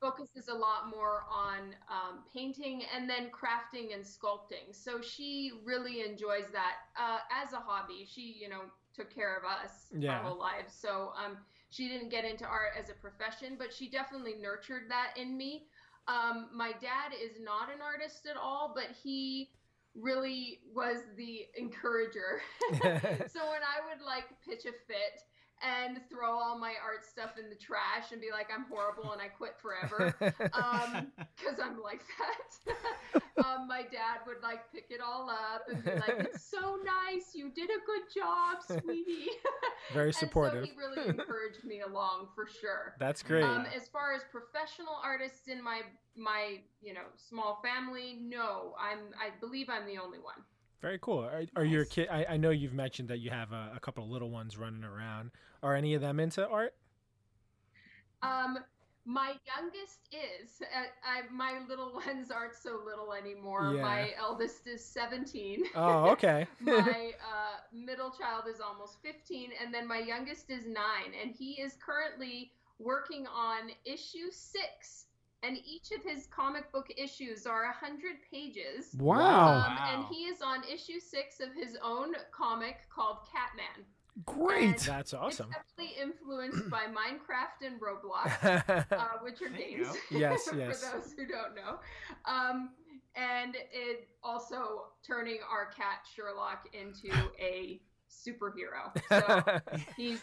S6: focuses a lot more on um, painting and then crafting and sculpting. So she really enjoys that uh, as a hobby. She, you know, took care of us
S1: Yeah.
S6: our whole lives. So um, she didn't get into art as a profession, but she definitely nurtured that in me. Um, my dad is not an artist at all, but he really was the encourager so when I would like pitch a fit and throw all my art stuff in the trash and be like, I'm horrible and I quit forever, because I'm like that, um, my dad would like pick it all up and be like, It's so nice. You did a good job, sweetie.
S1: Very
S6: and
S1: supportive.
S6: so he really encouraged me along for sure.
S1: That's great.
S6: Um, as far as professional artists in my my you know small family, no, I'm I believe I'm the only one.
S1: Very cool. Are, are your
S7: Nice.
S1: kid? I, I know you've mentioned that you have a, a couple of little ones running around. Are any of them into art?
S6: Um, my youngest is. Uh, I, my little ones aren't so little anymore.
S1: Yeah.
S6: My eldest is 17.
S1: Oh, okay.
S6: my uh, middle child is almost 15, and then my youngest is nine, and he is currently working on issue six. And each of his comic book issues are 100 pages.
S2: Wow.
S6: Um,
S7: Wow.
S6: And he is on issue six of his own comic called Catman.
S2: Great.
S1: That's awesome.
S6: It's heavily influenced by Minecraft and Roblox. uh, which are games.
S1: Yes, yes.
S6: For those who don't know, um, and it also turning our cat Sherlock into a superhero. So he's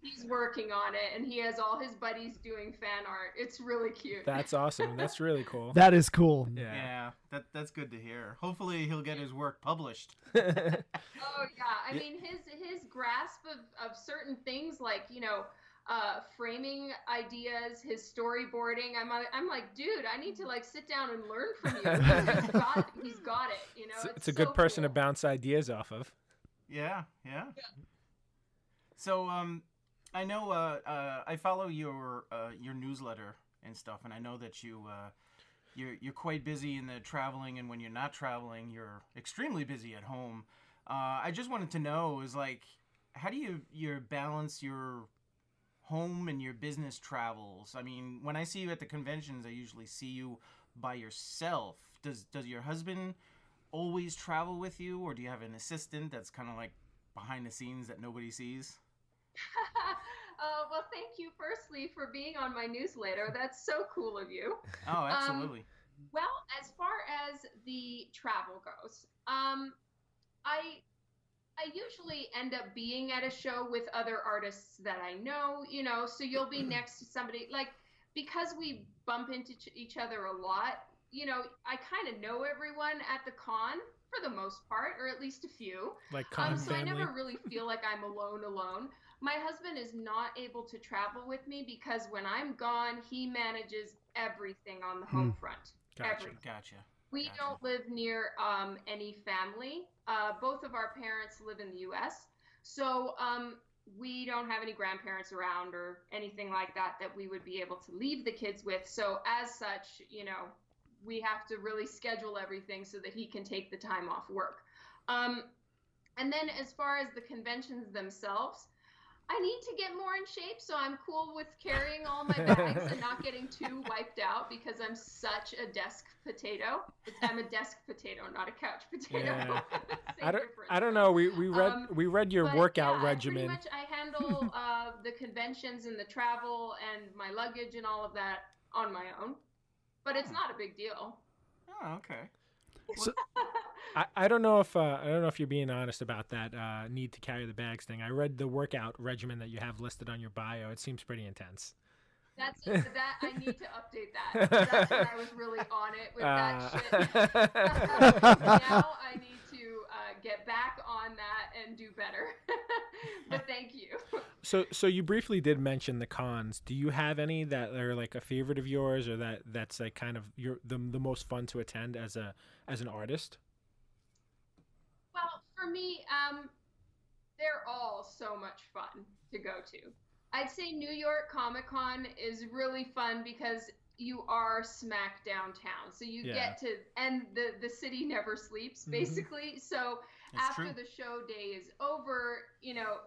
S6: he's working on it, and he has all his buddies doing fan art. It's really cute.
S1: That's awesome. That's really cool.
S2: That is cool.
S1: yeah.
S7: Yeah, that that's good to hear. Hopefully, he'll get his work published.
S6: Oh yeah, I mean his his grasp of of certain things like you know. Uh, framing ideas, his storyboarding. I'm, like- I'm like, dude, I need to like sit down and learn from you. he's, got, he's got it. You know,
S1: It's,
S6: it's,
S1: it's a good
S6: so
S1: person
S6: cool.
S1: to bounce ideas off of.
S7: Yeah, yeah. So, um, I know uh, uh, I follow your uh, your newsletter and stuff, and I know that you uh, you're you're quite busy in the traveling, and when you're not traveling, you're extremely busy at home. Uh, I just wanted to know is like, how do you you balance your home and your business travels? I mean, when I see you at the conventions, I usually see you by yourself. Does does your husband always travel with you, or do you have an assistant that's kind of like behind the scenes that nobody sees?
S6: uh, well, thank you, firstly, for being on my newsletter. That's so cool of you.
S7: Oh, absolutely.
S6: Well, as far as the travel goes, um, I I usually end up being at a show with other artists that I know, you know. So you'll be next to somebody like because we bump into ch- each other a lot. You know, I kind of know everyone at the con for the most part, or at least a few.
S1: Like con
S6: Um, so I
S1: family.
S6: never really feel like I'm alone alone. My husband is not able to travel with me because when I'm gone, he manages everything on the home front.
S1: Gotcha.
S6: Everything.
S7: gotcha.
S6: We
S7: Gotcha.
S6: don't live near um, any family. Uh, both of our parents live in the U.S., so um, we don't have any grandparents around or anything like that that we would be able to leave the kids with. So, as such, you know, we have to really schedule everything so that he can take the time off work. Um, and then, as far as the conventions themselves, I need to get more in shape, so I'm cool with carrying all my bags and not getting too wiped out because I'm such a desk potato. It's, I'm a desk potato, not a couch potato.
S1: Yeah.
S6: Same
S1: I don't.
S6: difference.
S1: I don't know. We we read
S6: Um,
S1: we read your
S6: But,
S1: workout
S6: yeah, I
S1: regimen.
S6: Pretty much, I handle uh, the conventions and the travel and my luggage and all of that on my own, but it's not a big deal.
S7: Oh, okay.
S1: I, I don't know if uh, I don't know if you're being honest about that uh, need to carry the bags thing. I read the workout regimen that you have listed on your bio. It seems pretty intense.
S6: That's that. I need to update that. That's when I was really on it with
S1: Uh.
S6: that shit. now I need to uh, get back on that and do better. but thank you.
S1: so so you briefly did mention the cons. Do you have any that are like a favorite of yours, or that that's like kind of your the the most fun to attend as a as an artist?
S6: Well, for me, um, they're all so much fun to go to. I'd say New York Comic Con is really fun because you are smack downtown, so you
S1: Yeah.
S6: get to, and the the city never sleeps basically. So
S7: That's
S6: after
S7: true.
S6: the show day is over, you know,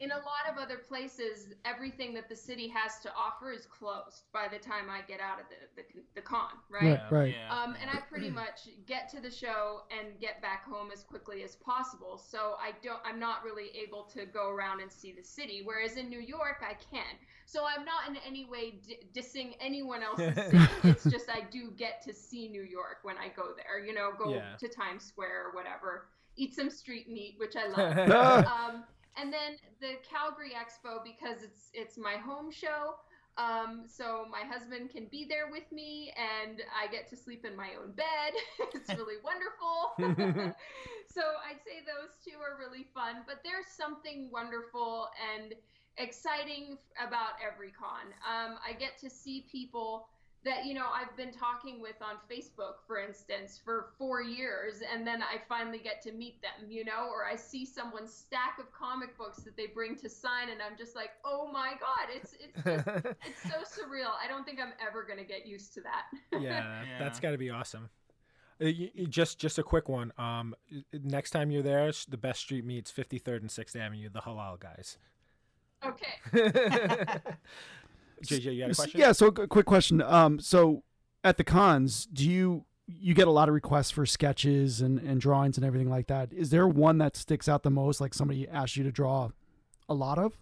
S6: in a lot of other places, everything that the city has to offer is closed by the time I get out of the the, the con, right?
S2: Right. Right.
S7: Yeah.
S6: Um, and I pretty much get to the show and get back home as quickly as possible. So I don't, I'm not really able to go around and see the city. Whereas in New York, I can. So I'm not in any way d- dissing anyone else's city. it's just I do get to see New York when I go there. You know, go
S1: Yeah.
S6: to Times Square or whatever, eat some street meat, which I
S2: Ah!
S6: love. um, and then the Calgary Expo because it's it's my home show. Um, so my husband can be there with me, and I get to sleep in my own bed. it's really wonderful. so I'd say those two are really fun, but there's something wonderful and exciting about every con. Um, I get to see people that you know I've been talking with on Facebook, for instance, for four years, and then I finally get to meet them, you know, or I see someone's stack of comic books that they bring to sign, and I'm just like, oh my god, it's it's just, it's so surreal. I don't think I'm ever gonna get used to that.
S1: yeah,
S7: Yeah.
S1: that's got to be awesome. Uh, y- y- Just just a quick one. Um, y- next time you're there, s- the best street meets 53rd and 6th Avenue, the halal guys.
S6: Okay,
S1: JJ, you got a
S2: S-
S1: question?
S2: Yeah. So, a quick question. Um, so at the cons, do you you get a lot of requests for sketches and and drawings and everything like that? Is there one that sticks out the most? Like somebody asked you to draw a lot of?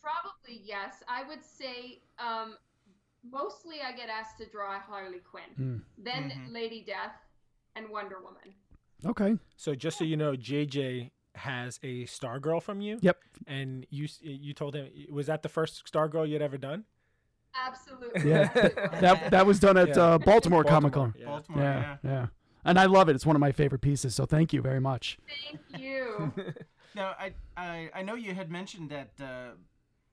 S6: Probably yes. I would say um, mostly I get asked to draw Harley Quinn, then
S7: Mhm.
S6: Lady Death, and Wonder Woman.
S2: Okay.
S1: So just so you know, JJ has a star girl from you.
S2: Yep.
S1: And you s- you told him was that the first star girl you'd ever done?
S6: Absolutely.
S2: Yeah.
S6: yes, it was.
S2: That that was done at
S1: Yeah.
S2: uh, Baltimore, Comic
S1: Baltimore,
S2: Con.
S1: yeah.
S7: Baltimore, yeah.
S2: Yeah, yeah. And I love it. It's one of my favorite pieces. So thank you very much.
S6: Thank you.
S7: Now, I, I I know you had mentioned that uh,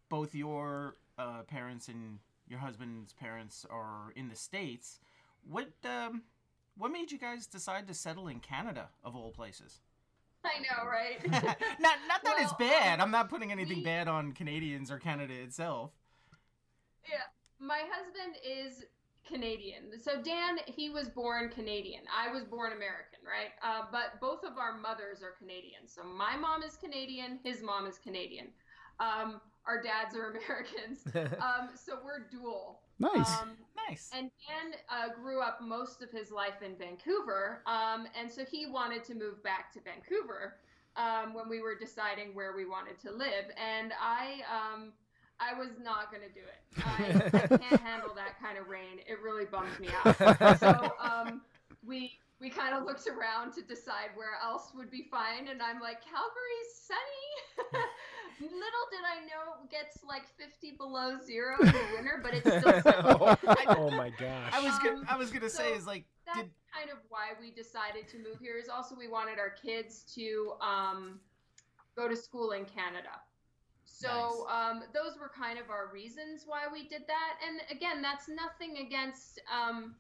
S7: both your uh, parents and your husband's parents are in the states. What um, what made you guys decide to settle in Canada of all places?
S6: I know,
S7: not
S6: right?
S7: not that it's
S6: Well,
S7: bad.
S6: um,
S7: I'm not putting anything
S6: we-
S7: bad on Canadians or Canada itself.
S6: Yeah, my husband is Canadian. So Dan, he was born Canadian. I was born American, right? Uh, but both of our mothers are Canadian. So my mom is Canadian. His mom is Canadian. Um, our dads are Americans. um, so we're dual.
S2: Nice.
S6: Um,
S7: Nice.
S6: and Dan uh, grew up most of his life in Vancouver, um, and so he wanted to move back to Vancouver um, when we were deciding where we wanted to live. And I, um, I was not going to do it. I, I can't handle that kind of rain. It really bums me out. So um, we we kind of looked around to decide where else would be fine, and I'm like, Calgary's sunny. Little did I know it gets like 50 below zero in the winter, but it's still sunny.
S1: oh, oh my gosh.
S7: I was gonna,
S6: um,
S7: I was gonna say
S6: so
S7: is like
S6: that's
S7: did
S6: kind of why we decided to move here is also we wanted our kids to um, go to school in canada so um, those were kind of our reasons why we did that and again that's nothing against um,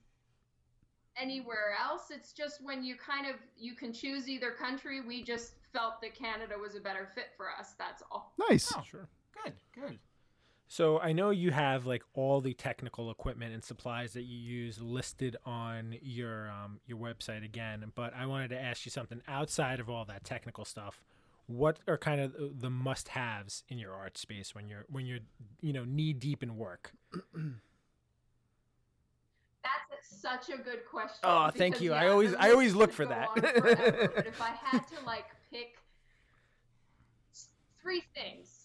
S6: anywhere else it's just when you kind of you can choose either country we just felt that canada was a better fit for us that's all
S2: nice.
S7: oh,
S1: sure.
S7: good, good.
S1: So I know you have like all the technical equipment and supplies that you use listed on your um, your website again, but I wanted to ask you something outside of all that technical stuff. What are kind of the must-haves in your art space when you're when you're you know knee deep in work?
S6: That's such a good question.
S1: Oh, thank
S6: because,
S1: you.
S6: yeah,
S1: I always-
S6: the
S1: I always
S6: list
S1: look
S6: could
S1: for
S6: go
S1: that.
S6: on forever, but if I had to like pick s- three things,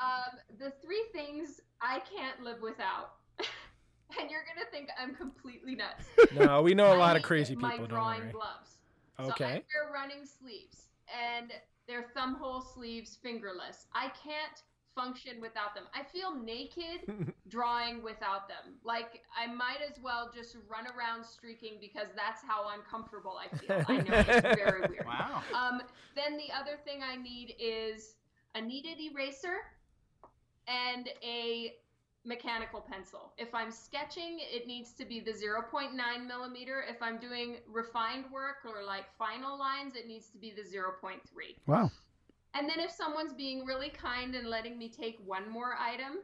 S6: um, the three things I can't live without, and you're gonna think I'm completely nuts.
S1: No, we know a
S6: I
S1: lot of
S6: need
S1: crazy
S6: my
S1: people. Don't
S6: drawing
S1: worry.
S6: gloves. So I
S1: Okay.
S6: wear running sleeves, and they're thumbhole sleeves, fingerless. I can't function without them. I feel naked drawing without them. Like I might as well just run around streaking because that's how uncomfortable I feel. I know it's very weird.
S7: Wow.
S6: Um, then the other thing I need is a kneaded eraser and a mechanical pencil. If I'm sketching, it needs to be the 0.9 millimeter. If I'm doing refined work or like final lines, it needs to be the 0.3.
S2: Wow.
S6: And then if someone's being really kind and letting me take one more item,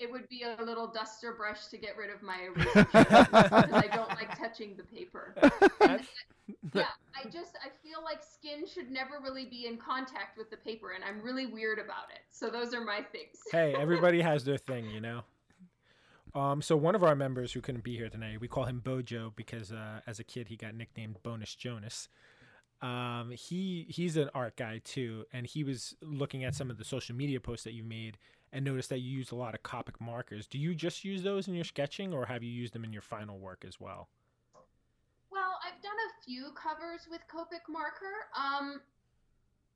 S6: it would be a little duster brush to get rid of my eraser because I don't like touching the paper.
S1: That's-
S6: yeah, I just I feel like skin should never really be in contact with the paper, and I'm really weird about it. So those are my things.
S1: hey, everybody has their thing, you know. Um, so one of our members who couldn't be here tonight, we call him Bojo because uh, as a kid he got nicknamed Bonus Jonas. Um, he he's an art guy too, and he was looking at some of the social media posts that you made and noticed that you used a lot of Copic markers. Do you just use those in your sketching, or have you used them in your final work as well?
S6: Well, I've done a few covers with Copic marker. Um,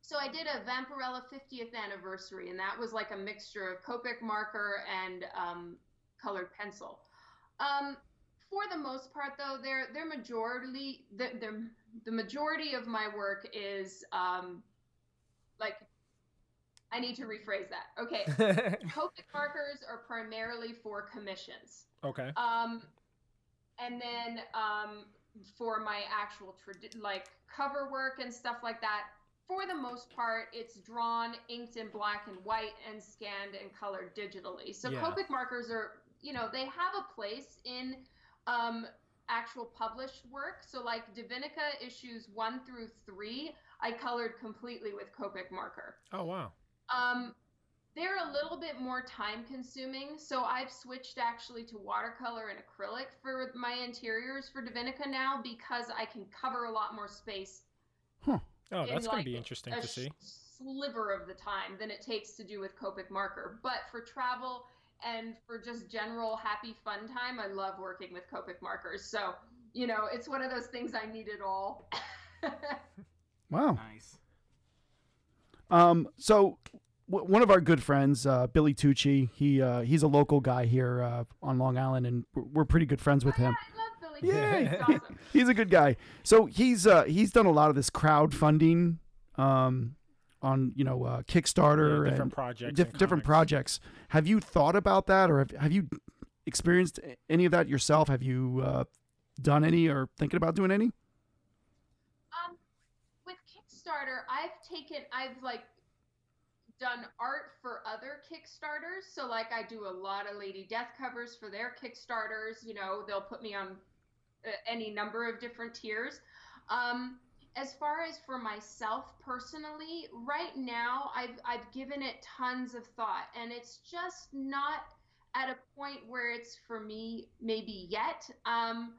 S6: so I did a Vampirella 50th anniversary, and that was like a mixture of Copic marker and um, colored pencil. Um, for the most part, though, they're they're majority the they're, the majority of my work is um, like I need to rephrase that. Okay, Copic markers are primarily for commissions.
S1: okay.
S6: Um, and then um, for my actual tradi- like cover work and stuff like that, for the most part, it's drawn, inked in black and white, and scanned and colored digitally. So
S1: Yeah.
S6: Copic markers are, you know, they have a place in um, actual published work. So like Divinica issues one through three, I colored completely with Copic marker.
S1: Oh wow.
S6: Um, they're a little bit more time consuming, so I've switched actually to watercolor and acrylic for my interiors for Divinica now because I can cover a lot more space.
S1: Oh,
S6: in,
S1: that's going
S6: like,
S1: to be interesting
S6: a
S1: to see.
S6: sh- sliver of the time than it takes to do with Copic marker. But for travel and for just general happy fun time, I love working with Copic markers. So, you know, it's one of those things I need it all.
S2: Wow.
S7: Nice.
S2: Um, so w- one of our good friends, uh, Billy Tucci, he uh, he's a local guy here uh, on Long Island, and we're, we're pretty good friends with him.
S6: I love Billy.
S2: Yay.
S6: He's awesome.
S2: he's a good guy. So he's uh, he's done a lot of this crowdfunding um, on you know uh, Kickstarter
S1: Yeah, different
S2: and
S1: projects
S2: diff-
S1: and
S2: different
S1: comics.
S2: projects. Have you thought about that, or have, have you experienced any of that yourself? Have you uh, done any or thinking about doing any?
S6: Um, with Kickstarter, I've taken, I've like done art for other Kickstarters. So, like, I do a lot of Lady Death covers for their Kickstarters. You know, they'll put me on uh, any number of different tiers. Um, as far as for myself personally, right now, I've I've given it tons of thought, and it's just not at a point where it's for me maybe yet. Um,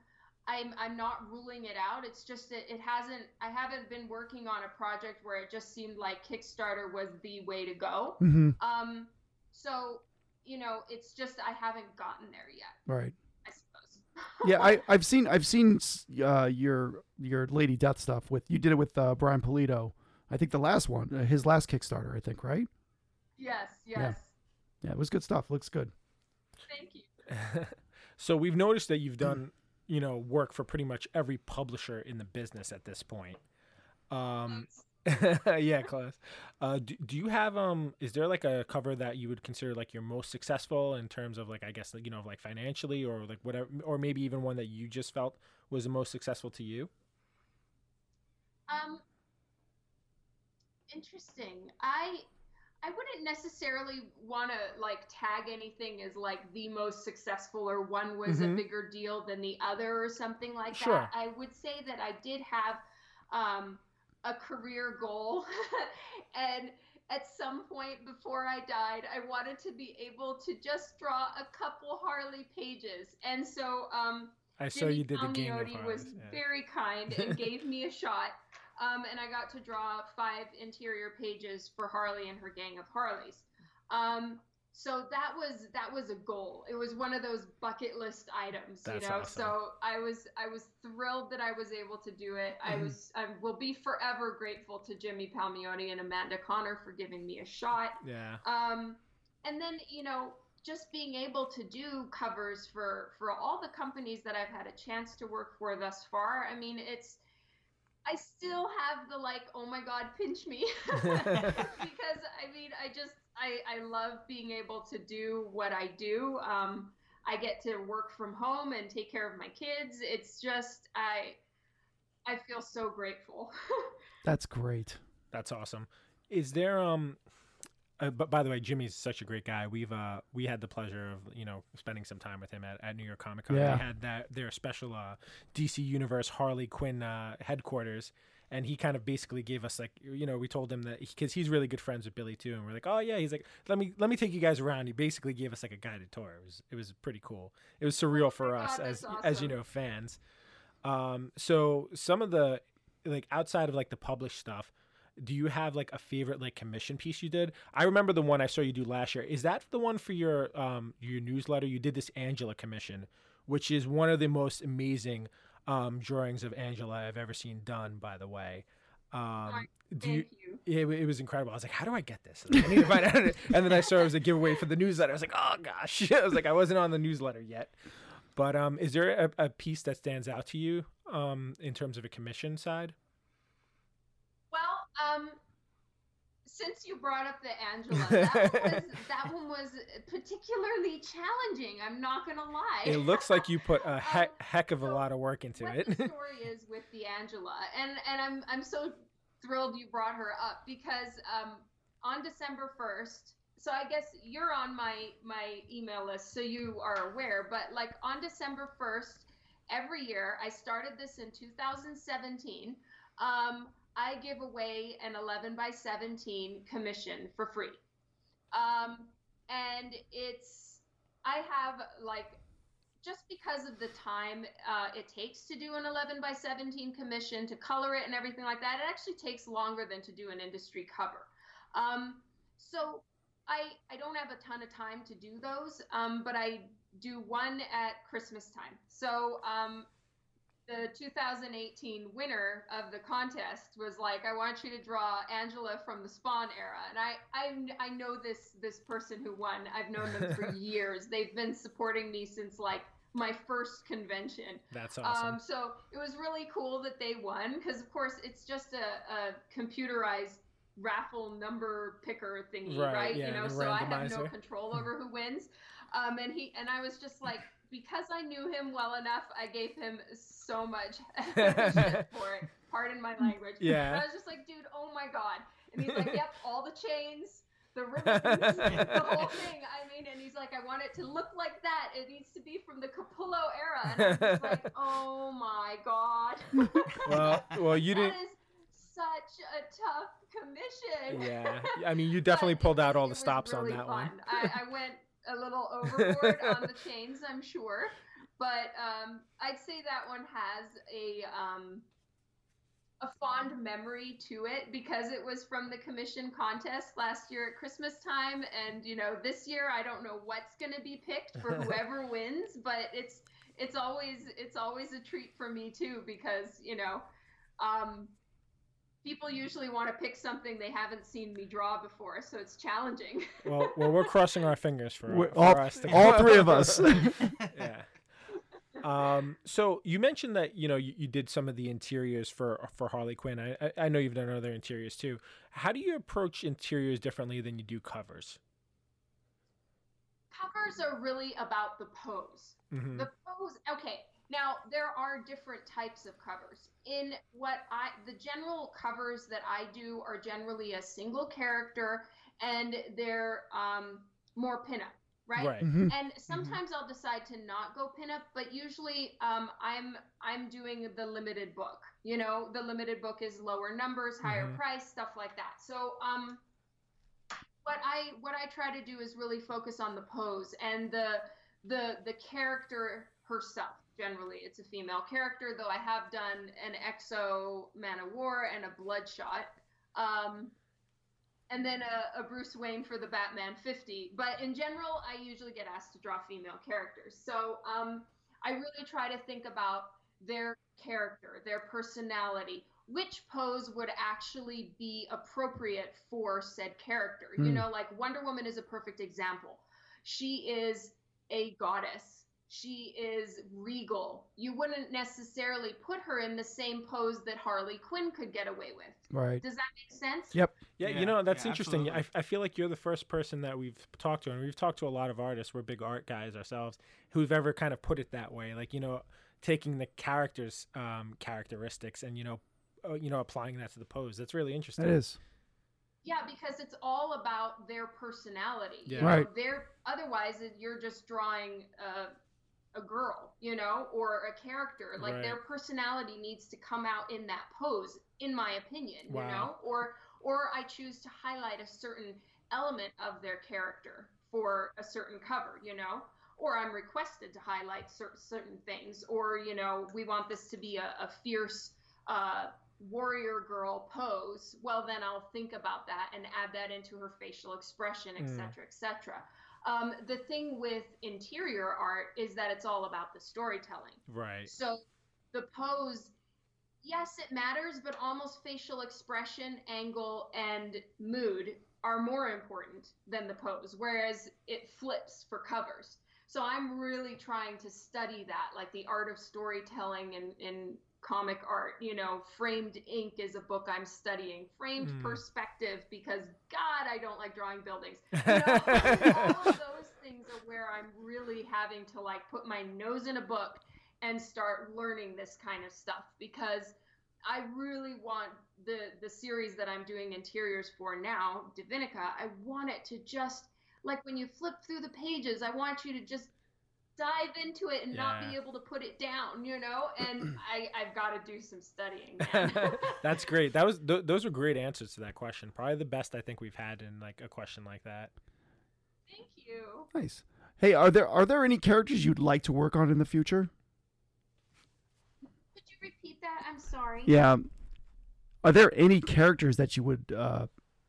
S6: I'm I'm not ruling it out. It's just that it hasn't I haven't been working on a project where it just seemed like Kickstarter was the way to go.
S2: Mm-hmm.
S6: Um so, you know, it's just I haven't gotten there yet,
S2: Right.
S6: I suppose.
S2: Yeah, I, I've seen I've seen s- uh, your your Lady Death stuff with you did it with uh, Brian Polito. I think the last one, uh, his last Kickstarter, I think, right?
S6: yes, yes.
S2: Yeah. Yeah, it was good stuff. Looks good.
S6: Thank you.
S1: So we've noticed that you've
S6: Mm.
S1: done, you know, work for pretty much every publisher in the business at this point. Um, yeah, close. Uh, do, do you have um? Is there like a cover that you would consider like your most successful in terms of like I guess like you know like financially or like whatever or maybe even one that you just felt was the most successful to you?
S6: Um, interesting. I I wouldn't necessarily want to like tag anything as like the most successful or one was
S1: Mhm.
S6: a bigger deal than the other or something like
S1: Sure.
S6: that. I would say that I did have um, a career goal and at some point before I died, I wanted to be able to just draw a couple Harley pages. And so um,
S1: I saw
S6: Jimmy
S1: you did the game of
S6: Palmiotti was
S1: Hearts, yeah.
S6: very kind and gave me a shot. Um, and I got to draw five interior pages for Harley and her gang of Harleys. Um, so that was that was a goal. It was one of those bucket list items,
S1: That's
S6: you know.
S1: awesome.
S6: So I was I was thrilled that I was able to do it. I
S1: Mm-hmm.
S6: was I will be forever grateful to Jimmy Palmiotti and Amanda Connor for giving me a shot.
S1: Yeah.
S6: Um, and then you know, just being able to do covers for for all the companies that I've had a chance to work for thus far. I mean, it's I still have the like, oh my god, pinch me, because I mean, I just I I love being able to do what I do. Um, I get to work from home and take care of my kids. It's just I. I feel so grateful.
S2: That's great.
S1: That's awesome. Is there um? Uh, but by the way, Jimmy's such a great guy. We've uh we had the pleasure of you know spending some time with him at, at New York Comic Con.
S2: Yeah.
S1: They had that their special uh DC Universe Harley Quinn uh, headquarters, and he kind of basically gave us like you know we told him that because he's really good friends with Billy too, and we're like oh yeah he's like let me let me take you guys around. He basically gave us like a guided tour. It was it was pretty cool. It was surreal for
S6: God,
S1: us
S6: that's
S1: as as you
S6: awesome.
S1: know fans. Um, so some of the like outside of like the published stuff do you have like a favorite like commission piece you did? I remember the one I saw you do last year. Is that the one for your um your newsletter? You did this Angela commission, which is one of the most amazing um drawings of Angela I've ever seen done. By the way, um, do you?
S6: Thank you.
S1: It, wa- it was incredible. I was like, "How do I get this?" Like, I need to find out. And then I saw it was a giveaway for the newsletter. I was like, "Oh gosh!" I was like, "I wasn't on the newsletter yet." But um, is there a, a piece that stands out to you um in terms of a commission side?
S6: Well, um, since you brought up the Angela, that one was, that one was particularly challenging. I'm not gonna lie.
S1: It looks like you put a he-
S6: Um,
S1: heck of a
S6: so
S1: lot of work into
S6: what
S1: it.
S6: the story is with the Angela, and and I'm I'm so thrilled you brought her up because um, on December first. So I guess you're on my my email list, so you are aware. But like on December first, every year I started this in 2017. Um, I give away an 11 by 17 commission for free, um, and it's I have like just because of the time uh, it takes to do an 11 by 17 commission to color it and everything like that it actually takes longer than to do an industry cover Um, so I I don't have a ton of time to do those, um, but I do one at Christmas time. So um, the 2018 winner of the contest was like, I want you to draw Angela from the Spawn era, and I I, I know this this person who won. I've known them for years. They've been supporting me since like my first convention.
S1: That's awesome.
S6: Um, so it was really cool that they won because, of course, it's just a, a computerized raffle number picker thingy,
S1: Right,
S6: right?
S1: yeah,
S6: you know,
S1: and a
S6: so I have no
S1: randomizer.
S6: control over who wins. Um, and he and I was just like, because I knew him well enough, I gave him so much shit for it. Pardon my language.
S1: Yeah.
S6: And I was just like, dude, oh my god. And he's like, yep, all the chains. The ribbons, the whole thing. I mean, and he's like, I want it to look like that. It needs to be from the Capullo era. And I was like, oh my god.
S1: well, well, you
S6: That
S1: didn't.
S6: is such a tough commission.
S1: Yeah, I mean, you definitely
S6: But it
S1: pulled out
S6: was-
S1: all
S6: it
S1: the
S6: was
S1: stops
S6: really
S1: on that
S6: fun.
S1: one.
S6: I, I went a little overboard on the chains, I'm sure, but um, I'd say that one has a um, a fond memory to it because it was from the commission contest last year at Christmas time, and you know this year I don't know what's going to be picked for whoever wins, but it's it's always it's always a treat for me too because you know. Um, people usually want to pick something they haven't seen me draw before, so it's challenging.
S1: Well, well, we're crossing our fingers for,
S2: We're-
S1: for
S2: all,
S1: us. To
S2: all three of us.
S1: yeah. Um, so you mentioned that you know you, you did some of the interiors for for Harley Quinn. I, I I know you've done other interiors too. How do you approach interiors differently than you do covers?
S6: Covers are really about the pose.
S1: hmm
S6: The pose, okay. Now there are different types of covers. In what I the general covers that I do are generally a single character and they're um, more pinup, right?
S1: Right.
S2: Mhm.
S6: And sometimes I'll decide to not go pinup, but usually um, I'm I'm doing the limited book. You know, the limited book is lower numbers, higher
S1: Mhm.
S6: price, stuff like that. So um, what I what I try to do is really focus on the pose and the the the character herself. Generally, it's a female character, though I have done an Exo Man of War and a Bloodshot. Um, and then a, a Bruce Wayne for the Batman 50. But in general, I usually get asked to draw female characters. So um, I really try to think about their character, their personality, which pose would actually be appropriate for said character. You
S2: Hmm.
S6: know, like Wonder Woman is a perfect example. She is a goddess. She is regal. You wouldn't necessarily put her in the same pose that Harley Quinn could get away with.
S2: Right.
S6: Does that make sense?
S2: Yep.
S1: Yeah,
S7: Yeah,
S1: you know that's
S7: yeah,
S1: interesting. I,
S7: absolutely.
S1: I feel like you're the first person that we've talked to, and we've talked to a lot of artists. We're big art guys ourselves, who've ever kind of put it that way. Like you know, taking the characters' um, characteristics and you know, uh, you know, applying that to the pose. That's really interesting.
S2: That is.
S6: Yeah, because it's all about their personality.
S1: Yeah.
S6: You know,
S2: Right.
S6: Their otherwise it- you're just drawing a, a girl, you know, or a character. Like
S1: Right.
S6: their personality needs to come out in that pose, in my opinion. You know,
S1: Wow.
S6: or or I choose to highlight a certain element of their character for a certain cover. You know. Or I'm requested to highlight cer- certain things, or you know, we want this to be a, a fierce uh, warrior girl pose, well, then I'll think about that and add that into her facial expression,
S1: Mm.
S6: et cetera, et cetera. Um, the thing with interior art is that it's all about the storytelling.
S1: Right.
S6: So the pose, yes, it matters, but almost facial expression, angle, and mood are more important than the pose, whereas it flips for covers. So I'm really trying to study that, like the art of storytelling and, and comic art. You know, Framed Ink is a book I'm studying. Framed
S1: Mm.
S6: Perspective, because God, I don't like drawing buildings. You know, all of those things are where I'm really having to like put my nose in a book and start learning this kind of stuff because I really want the the series that I'm doing interiors for now, Divinica, I want it to just like when you flip through the pages, I want you to just dive into it and not be
S1: Yeah.
S6: able to put it down, you know? And I, I've got to do some studying. man.
S1: That's great. That was th- those were great answers to that question. Probably the best I think we've had in like a question like that.
S6: Thank you.
S2: Nice. Hey, are there are there any characters you'd like to work on in the future?
S6: Could you repeat that? I'm sorry.
S2: Yeah. Are there any characters that you would uh,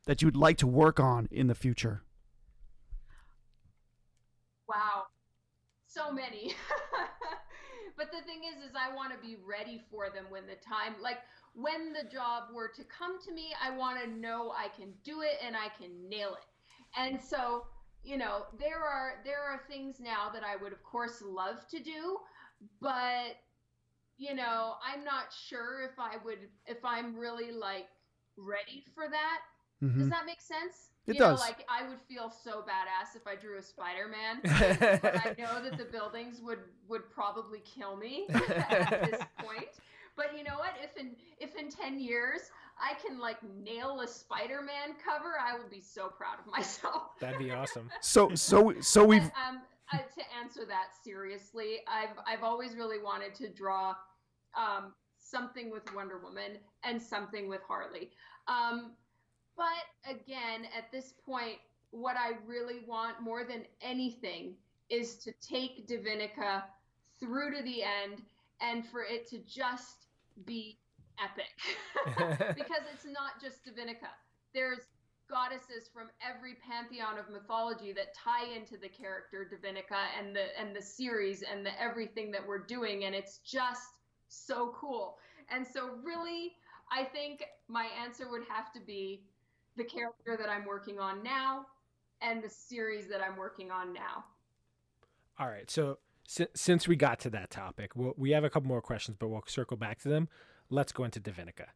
S2: that you'd like to work on in the future?
S6: Wow. So many. but the thing is is I want to be ready for them when the time like when the job were to come to me, I want to know I can do it and I can nail it. And so, you know, there are there are things now that I would of course love to do, but you know, I'm not sure if I would if I'm really like ready for that.
S2: Mhm.
S6: Does that make sense?
S2: It
S6: you
S2: does.
S6: Know, like I would feel so badass if I drew a Spider-Man, but I know that the buildings would would probably kill me at this point. But you know what? If in if in ten years I can like nail a Spider-Man cover, I will be so proud of myself.
S1: That'd be awesome.
S2: So so so
S6: But,
S2: we've
S6: um, uh, to answer that seriously, I've I've always really wanted to draw um, something with Wonder Woman and something with Harley. Um, but again, at this point, what I really want more than anything is to take Divinica through to the end and for it to just be epic. because it's not just Divinica. There's goddesses from every pantheon of mythology that tie into the character Divinica and the and the series and the everything that we're doing and it's just so cool. And so really I think my answer would have to be the character that I'm working on now and the series that I'm working on now.
S1: All right. So si- since we got to that topic, we'll, we have a couple more questions, but we'll circle back to them. Let's go into Divinica.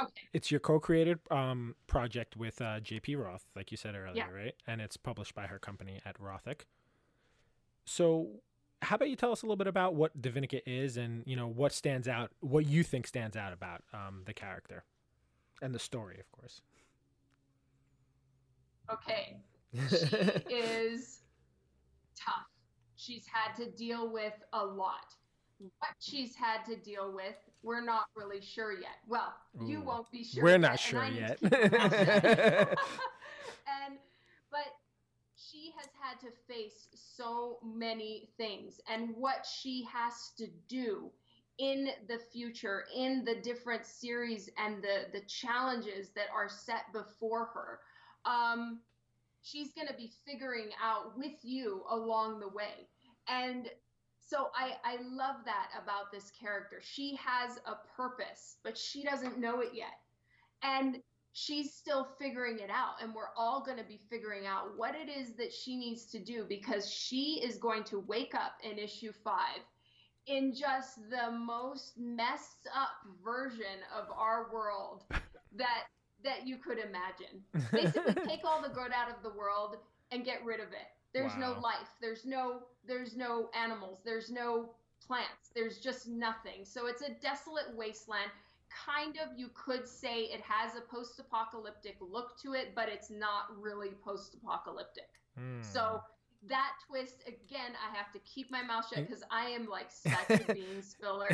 S6: Okay.
S1: It's your co-created um, project with uh, JP Roth, like you said earlier,
S6: Yeah.
S1: right? And it's published by her company at Rothic. So, how about you tell us a little bit about what Divinica is, and you know what stands out, what you think stands out about um, the character and the story, of course.
S6: Okay. She is tough. She's had to deal with a lot. What she's had to deal with, we're not really sure yet. Well, you
S1: Ooh.
S6: won't be sure.
S1: We're
S6: yet,
S1: not
S6: and
S1: sure
S6: I need to
S1: yet.
S6: keep my mouth shut. and but she has had to face so many things and what she has to do in the future in the different series and the the challenges that are set before her um she's going to be figuring out with you along the way and so I, I love that about this character. She has a purpose, but she doesn't know it yet. And she's still figuring it out. And we're all going to be figuring out what it is that she needs to do because she is going to wake up in issue five in just the most messed up version of our world that that you could imagine. Basically take all the good out of the world and get rid of it. There's
S1: Wow.
S6: no life. There's no there's no animals. There's no plants. There's just nothing. So it's a desolate wasteland. Kind of you could say it has a post-apocalyptic look to it, but it's not really post-apocalyptic.
S1: Hmm.
S6: So that twist again, I have to keep my mouth shut because I am like such a bean spiller.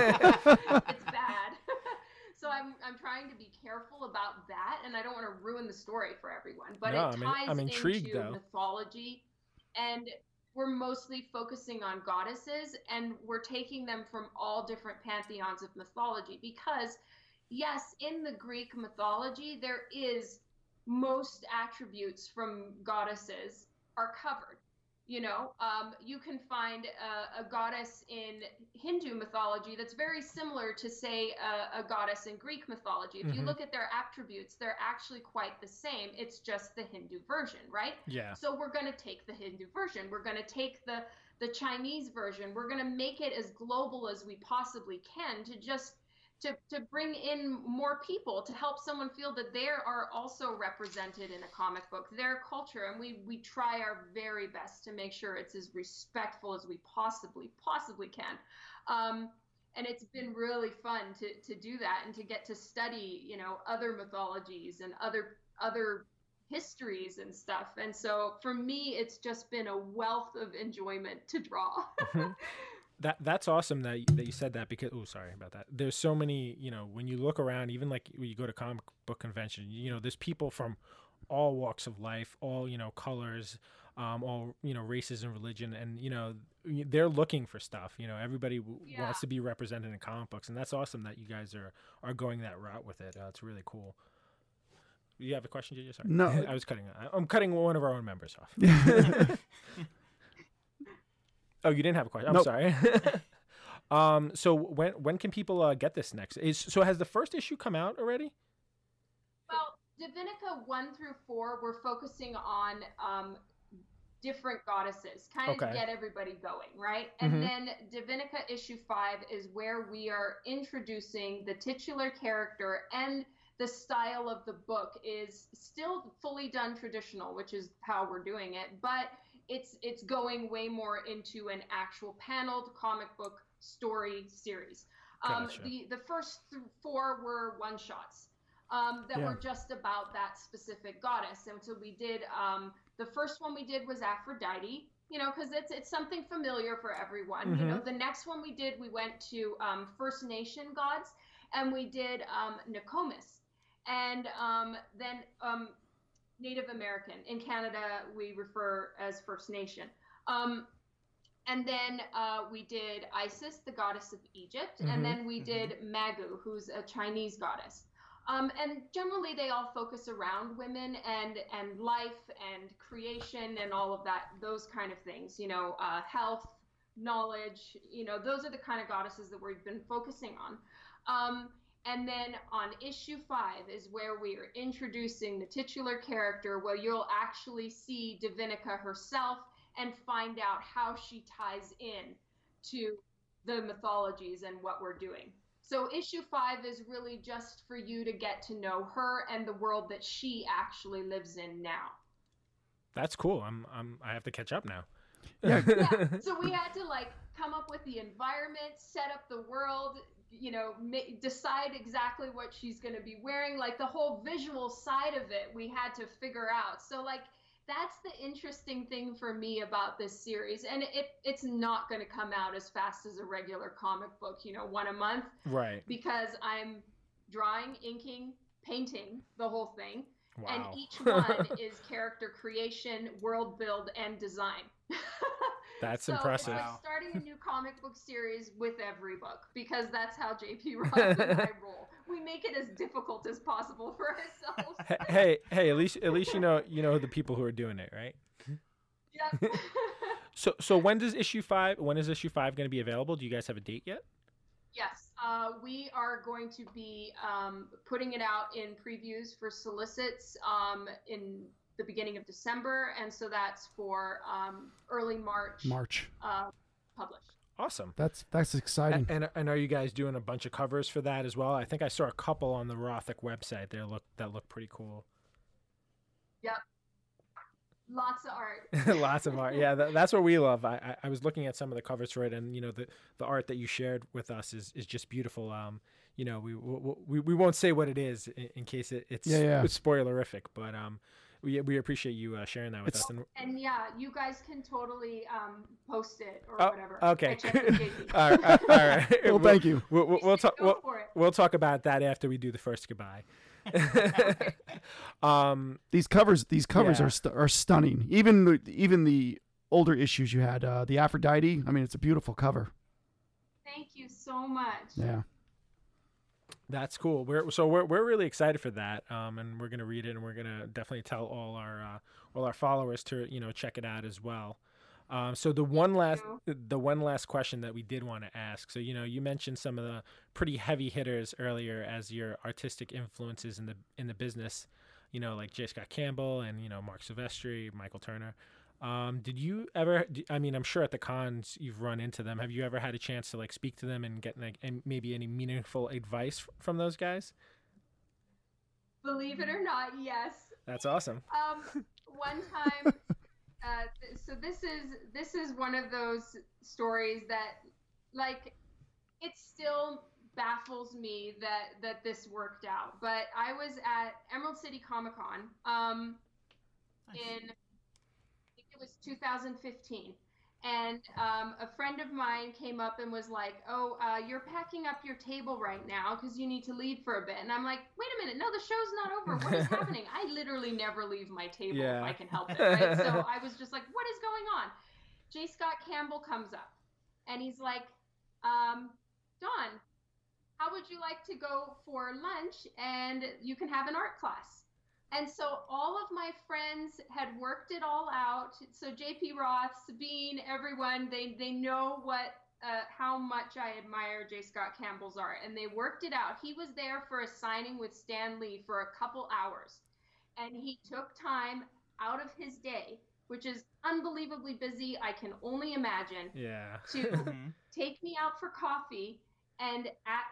S6: it's bad. so I'm I'm trying to be careful about that, and I don't want to ruin the story for everyone. But
S1: No,
S6: it
S1: I
S6: ties
S1: mean- I'm intrigued,
S6: into
S1: though.
S6: mythology, and we're mostly focusing on goddesses, and we're taking them from all different pantheons of mythology because. Yes, in the Greek mythology, there is most attributes from goddesses are covered. You know, um, you can find a, a goddess in Hindu mythology that's very similar to, say, a, a goddess in Greek mythology. If you
S1: Mhm.
S6: look at their attributes, they're actually quite the same. It's just the Hindu version, right?
S1: yeah.
S6: So we're going to take the Hindu version. We're going to take the the Chinese version. We're going to make it as global as we possibly can to just to to bring in more people to help someone feel that they are also represented in a comic book, their culture, and we we try our very best to make sure it's as respectful as we possibly possibly can. Um, and it's been really fun to, to do that and to get to study, you know, other mythologies and other other histories and stuff. And so for me, it's just been a wealth of enjoyment to draw.
S1: That that's awesome that that you said that because oh sorry about that. There's so many you know when you look around even like when you go to comic book convention you know there's people from all walks of life, all you know colors, um, all you know races and religion, and you know y- they're looking for stuff. You know everybody w-
S6: Yeah.
S1: wants to be represented in comic books, and that's awesome that you guys are are going that route with it. Uh, it's really cool. You have a question, JJ? Sorry.
S2: No.
S1: I was cutting. I- I'm cutting one of our own members off. oh, you didn't have a question. I'm
S2: Nope.
S1: sorry. um. So when when can people uh, get this next? Is so has the first issue come out already?
S6: Well, Divinica 1 through 4, we're focusing on um, different goddesses, kind of
S1: Okay.
S6: to get everybody going, right? And
S1: Mhm.
S6: then Divinica issue 5 is where we are introducing the titular character and the style of the book is still fully done traditional, which is how we're doing it, but it's it's going way more into an actual paneled comic book story series. Um,
S1: Gotcha.
S6: the the first th- four were one shots um, that
S2: Yeah.
S6: were just about that specific goddess. And so we did um, the first one we did was Aphrodite, you know, because it's it's something familiar for everyone. You know, the next one we did we went to um, First Nation gods, and we did um, Nokomis, and um, then um, Native American. In Canada, we refer as First Nation. Um, and then uh, we did Isis, the goddess of Egypt,
S1: Mhm,
S6: and then we did Magu, who's a Chinese goddess. Um, and generally, they all focus around women and and life and creation and all of that, those kind of things. You know, uh, health, knowledge. You know, those are the kind of goddesses that we've been focusing on. Um, and then on issue five is where we are introducing the titular character, where you'll actually see Divinica herself and find out how she ties in to the mythologies and what we're doing. So issue five is really just for you to get to know her and the world that she actually lives in now.
S1: That's cool. I'm I'm I have to catch up now.
S6: yeah. So we had to like come up with the environment, set up the world, you know, ma- decide exactly what she's going to be wearing, like the whole visual side of it we had to figure out. So like that's the interesting thing for me about this series and it it's not going to come out as fast as a regular comic book, you know, one a month
S1: Right.
S6: because I'm drawing, inking, painting the whole thing.
S1: Wow.
S6: And each one is character creation, world build, and design.
S1: That's
S6: so uh,
S1: impressive.
S6: It's
S7: Wow.
S6: like starting a new comic book series with every book because that's how JP Roth and I roll. We make it as difficult as possible for ourselves.
S1: He- Hey, hey, at least at least you know you know the people who are doing it, right?
S6: Yep.
S1: So so when does issue five when is issue five gonna be available? Do you guys have a date yet?
S6: yes, uh, we are going to be um, putting it out in previews for solicits um, in the beginning of December, and so that's for um, early March,
S2: March.
S6: Uh, published.
S1: Awesome.
S2: That's that's
S1: A-
S2: exciting.
S1: And and are you guys doing a bunch of covers for that as well? I think I saw a couple on the Rothic website. There look that look pretty cool.
S6: Lots of art.
S1: Lots of art. Yeah, tha- that's what we love. I, I I was looking at some of the covers for it, and you know the the art that you shared with us is is just beautiful. Um, you know we we we, we won't say what it is in, in case it, it's
S2: Yeah, yeah.
S1: it's spoilerific, but um. We, we appreciate you uh, sharing that with
S2: It's-
S1: us. And,
S6: And yeah, you guys can totally um, post it or
S1: Oh,
S6: whatever. I
S1: okay.
S6: checked with JP.
S1: all right. All right.
S2: well, thank you.
S1: We'll, we'll, we'll talk.
S6: Go
S1: We'll,
S6: for it.
S1: we'll talk about that after we do the first goodbye. um,
S2: These covers these covers
S1: Yeah.
S2: are st- are stunning. Even the, even the older issues you had, uh, the Aphrodite. I mean, it's a beautiful cover.
S6: Thank you so much.
S2: Yeah.
S1: That's cool. We're so we're we're really excited for that, um, and we're gonna read it, and we're gonna definitely tell all our uh, all our followers to you know check it out as well. Um, so the one last the one last question that we did want to ask. So you know you mentioned some of the pretty heavy hitters earlier as your artistic influences in the in the business. You know like J. Scott Campbell and you know Mark Silvestri, Michael Turner. Um, did you ever? d- I mean, I'm sure at the cons you've run into them. Have you ever had a chance to like speak to them and get like and maybe any meaningful advice f- from those guys?
S6: Believe it or not, yes.
S1: That's awesome.
S6: Um, one time, uh, th- so this is this is one of those stories that, like, it still baffles me that that this worked out. But I was at Emerald City Comic Con. Um, in I think it was 2015. And um, a friend of mine came up and was like, "Oh, uh, you're packing up your table right now because you need to leave for a bit." And I'm like, "Wait a minute, no, the show's not over. What is happening? I literally never leave my table
S1: Yeah.
S6: if I can help it." Right? so I was just like, "What is going on?" J. Scott Campbell comes up, and he's like, um, "Don, how would you like to go for lunch and you can have an art class?" And so all of my friends had worked it all out. So JP Roth, Sabine, everyone, they, they know what uh, how much I admire J. Scott Campbell's art. And they worked it out. He was there for a signing with Stan Lee for a couple hours. And he took time out of his day, which is unbelievably busy, I can only imagine,
S1: Yeah.
S6: to
S7: Mhm.
S6: take me out for coffee and at,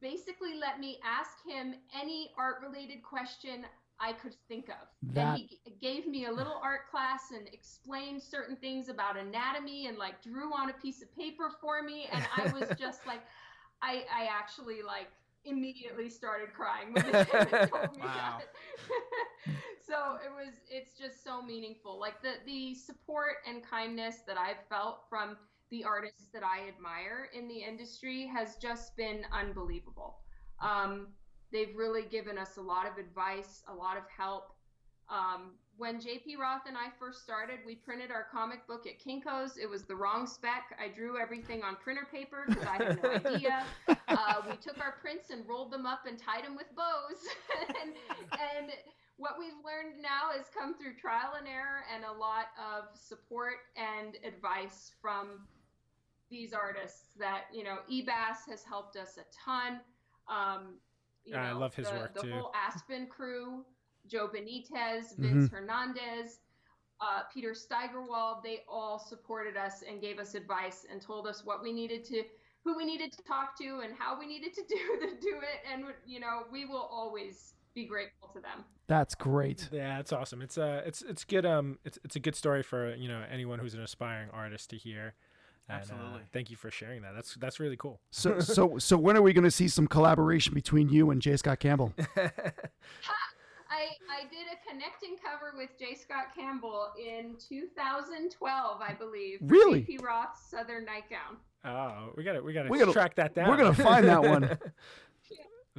S6: basically let me ask him any art related question I could think of.
S2: That-
S6: And he g- gave me a little art class and explained certain things about anatomy and like drew on a piece of paper for me. And I was just like, I, I actually like immediately started crying when they told me
S7: Wow.
S6: that. so it was it's just so meaningful like the the support and kindness that i've felt from the artists that I admire in the industry has just been unbelievable. Um, they've really given us a lot of advice, a lot of help. Um, when JP Roth and I first started, we printed our comic book at Kinko's. It was the wrong spec. I drew everything on printer paper because I had no idea. Uh, we took our prints and rolled them up and tied them with bows. and, and what we've learned now has come through trial and error and a lot of support and advice from these artists that you know ebass has helped us a ton um you
S1: I
S6: know,
S1: love his
S6: the,
S1: work,
S6: the
S1: too. Mm-hmm.
S6: whole aspen crew joe benitez vince hernandez uh, peter steigerwald they all supported us and gave us advice and told us what we needed to who we needed to talk to and how we needed to do to do it and you know we will always be grateful to them
S2: That's great.
S1: Yeah, it's awesome. It's uh it's it's good um it's it's a good story for, you know, anyone who's an aspiring artist to hear. And, uh,
S7: Absolutely.
S1: thank you for sharing that. That's that's really cool.
S2: So so so when are we going to see some collaboration between you and J. Scott Campbell?
S6: I, I did a connecting cover with J. Scott Campbell in 2012, I believe. for
S2: Really?
S6: J.P. Roth's Southern Nightgown.
S1: Oh, we got to we got
S2: We gotta-
S1: to track that down.
S2: we're gonna find that one.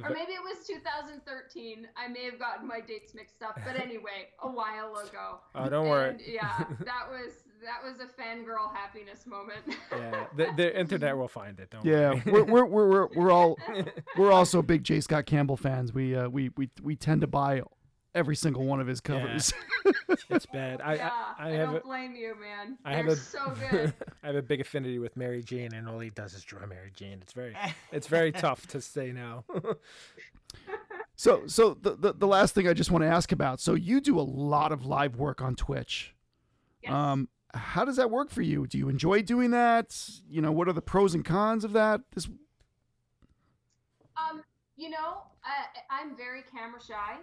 S6: Or maybe it was 2013. I may have gotten my dates mixed up, but anyway, a while ago.
S1: oh, don't worry.
S6: And yeah, that was that was a fangirl happiness moment.
S1: yeah, the, the internet will find it. Don't
S2: Yeah,
S1: worry.
S2: we're we're, we're, we're, we're all we're also big J. Scott Campbell fans. We uh, we we we tend to buy every single one of his covers.
S1: it's bad. I
S6: yeah,
S1: I, I
S6: I,
S1: have a,
S6: don't blame you, man.
S1: I
S6: They're
S1: have a
S6: so good.
S1: I have a big affinity with Mary Jane, and all he does is draw Mary Jane. It's very it's very tough to say no.
S2: So so the, the the last thing I just want to ask about. So you do a lot of live work on Twitch.
S6: Yes.
S2: Um, how does that work for you? Do you enjoy doing that? You know, what are the pros and cons of that? This
S6: Um, you know, I, I'm very camera shy.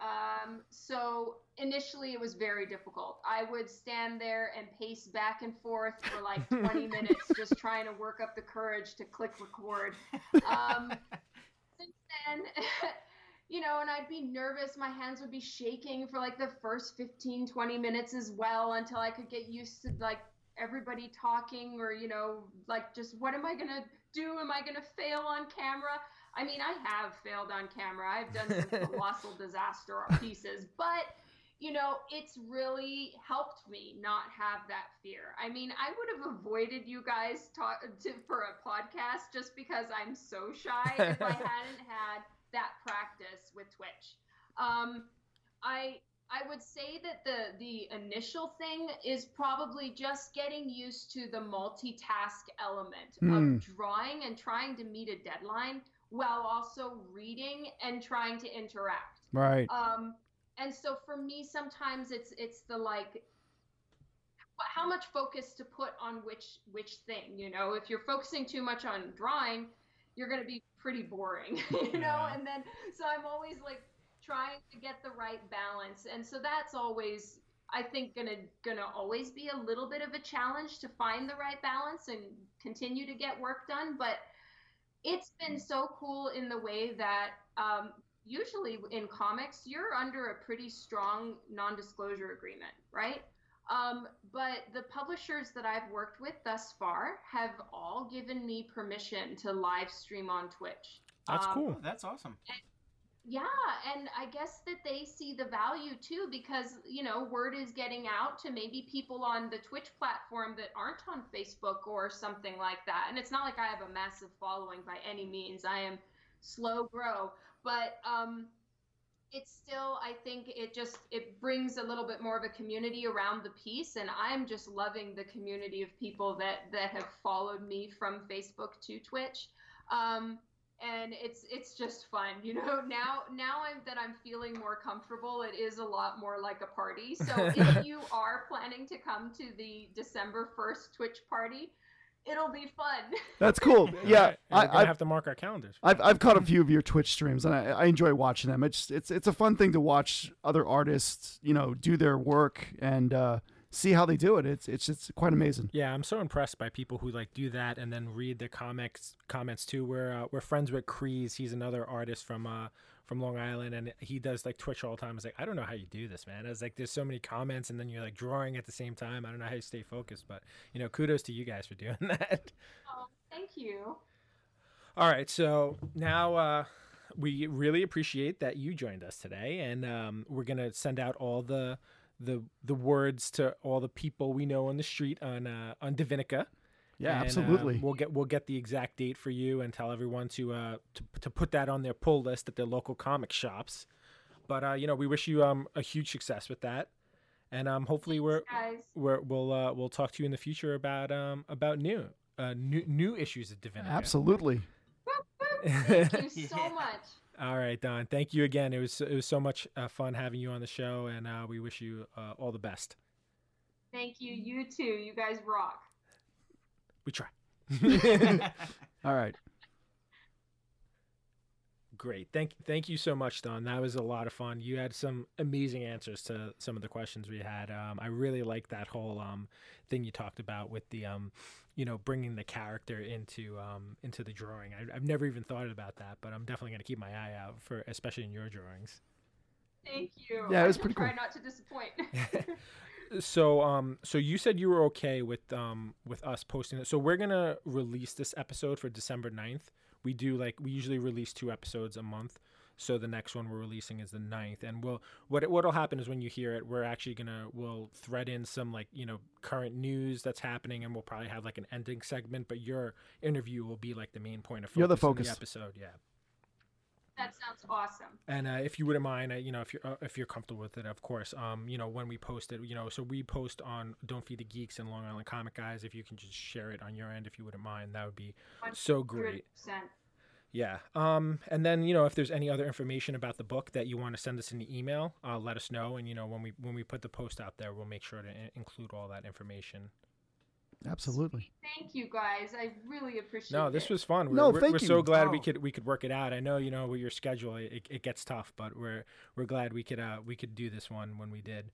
S6: Um, so initially it was very difficult. I would stand there and pace back and forth for like 20 minutes, just trying to work up the courage to click record. Um, since then, you know, and I'd be nervous. My hands would be shaking for like the first 15, 20 minutes as well until I could get used to like everybody talking or, you know, like just what am I going to do? Am I going to fail on camera? I mean, I have failed on camera. I've done some colossal disaster pieces, but you know, it's really helped me not have that fear. I mean, I would have avoided you guys talk to, for a podcast just because I'm so shy if I hadn't had that practice with Twitch. Um, I I would say that the the initial thing is probably just getting used to the multitask element
S2: Hmm.
S6: of drawing and trying to meet a deadline while also reading and trying to interact.
S2: right.
S6: Um, and so for me, sometimes it's it's the like wh- how much focus to put on which which thing. You know, if you're focusing too much on drawing, you're going to be pretty boring. You know,
S1: Yeah.
S6: and then so I'm always like trying to get the right balance, and so that's always. I think gonna gonna always be a little bit of a challenge to find the right balance and continue to get work done, but it's been so cool in the way that um, usually in comics you're under a pretty strong non-disclosure agreement right um, but the publishers that i've worked with thus far have all given me permission to live stream on twitch
S1: That's
S6: Um,
S1: cool.
S7: Oh, that's awesome.
S6: yeah, and I guess that they see the value too because, you know, word is getting out to maybe people on the Twitch platform that aren't on Facebook or something like that. And it's not like I have a massive following by any means. I am slow grow, but um it's still i think it just it brings a little bit more of a community around the piece and i'm just loving the community of people that that have followed me from facebook to twitch um, and it's it's just fun you know now now i'm that i'm feeling more comfortable it is a lot more like a party so if you are planning to come to the december 1st twitch party it'll be fun
S2: That's cool. Yeah,
S1: I,
S2: I,
S1: I
S2: I've,
S1: have to mark our calendars.
S2: I've I've caught a few of your Twitch streams, and I, I enjoy watching them. It's it's it's a fun thing to watch other artists, you know, do their work and uh, see how they do it. It's it's it's quite amazing.
S1: Yeah, I'm so impressed by people who like do that and then read the comics comments too. We're uh, we're friends with Kreese. He's another artist from uh from Long Island, and he does like Twitch all the time. I was like, I don't know how you do this, man. I was like, there's so many comments, and then you're like drawing at the same time. I don't know how you stay focused, but you know, kudos to you guys for doing that.
S6: oh, thank you
S1: All right, so now uh, we really appreciate that you joined us today, and um, we're gonna send out all the the the words to all the people we know on the street on uh, on Divinica.
S2: Yeah,
S1: And, um,
S2: absolutely.
S1: we'll get we'll get the exact date for you and tell everyone to uh to, to put that on their pull list at their local comic shops. But uh, you know, we wish you um a huge success with that, and um hopefully we're
S6: guys
S1: we're we'll uh, we'll talk to you in the future about um about new uh new new issues of Divinica.
S2: Absolutely.
S6: thank you so
S7: Yeah.
S6: much
S1: All right, Don. Thank you again. It was it was so much uh, fun having you on the show, and uh, we wish you uh, all the best.
S6: thank you you too you guys rock
S1: We try.
S2: All right.
S1: Great. Thank thank you so much, Don. That was a lot of fun. You had some amazing answers to some of the questions we had. Um, I really liked that whole um, thing you talked about with the um, you know bringing the character into um, into the drawing. I, I've never even thought about that, but I'm definitely going to keep my eye out for, especially in your drawings.
S6: thank you
S2: Yeah, it
S6: I
S2: was
S6: shall
S2: pretty
S6: try
S2: cool.
S6: not to disappoint
S1: so um so you said you were okay with um with us posting it so we're gonna release this episode for december 9th we do like we usually release two episodes a month so the next one we're releasing is the 9th and we'll what what'll happen is when you hear it we're actually gonna we'll thread in some like you know current news that's happening and we'll probably have like an ending segment but your interview will be like the main point of focus
S2: You're the
S1: in
S2: focus.
S1: episode yeah
S6: that sounds awesome
S1: and uh, if you wouldn't mind, uh, you know, if you're uh, if you're comfortable with it, of course, um, you know, when we post it, you know, so we post on Don't Feed the Geeks and Long Island Comic Guys. If you can just share it on your end, if you wouldn't mind, that would be so great.
S6: 100%.
S1: Yeah. Um, and then you know, if there's any other information about the book that you want to send us in the email, uh, let us know. And you know, when we when we put the post out there, we'll make sure to in- include all that information.
S2: Absolutely.
S6: Thank you guys. I really appreciate it.
S1: No, this was fun. We're,
S2: No,
S1: we're,
S2: thank
S1: we're
S2: you.
S1: so glad we
S7: Oh.
S1: could we could work it out. I know you know with your schedule, it, it gets tough, but we're we're glad we could uh, we could do this one when we did.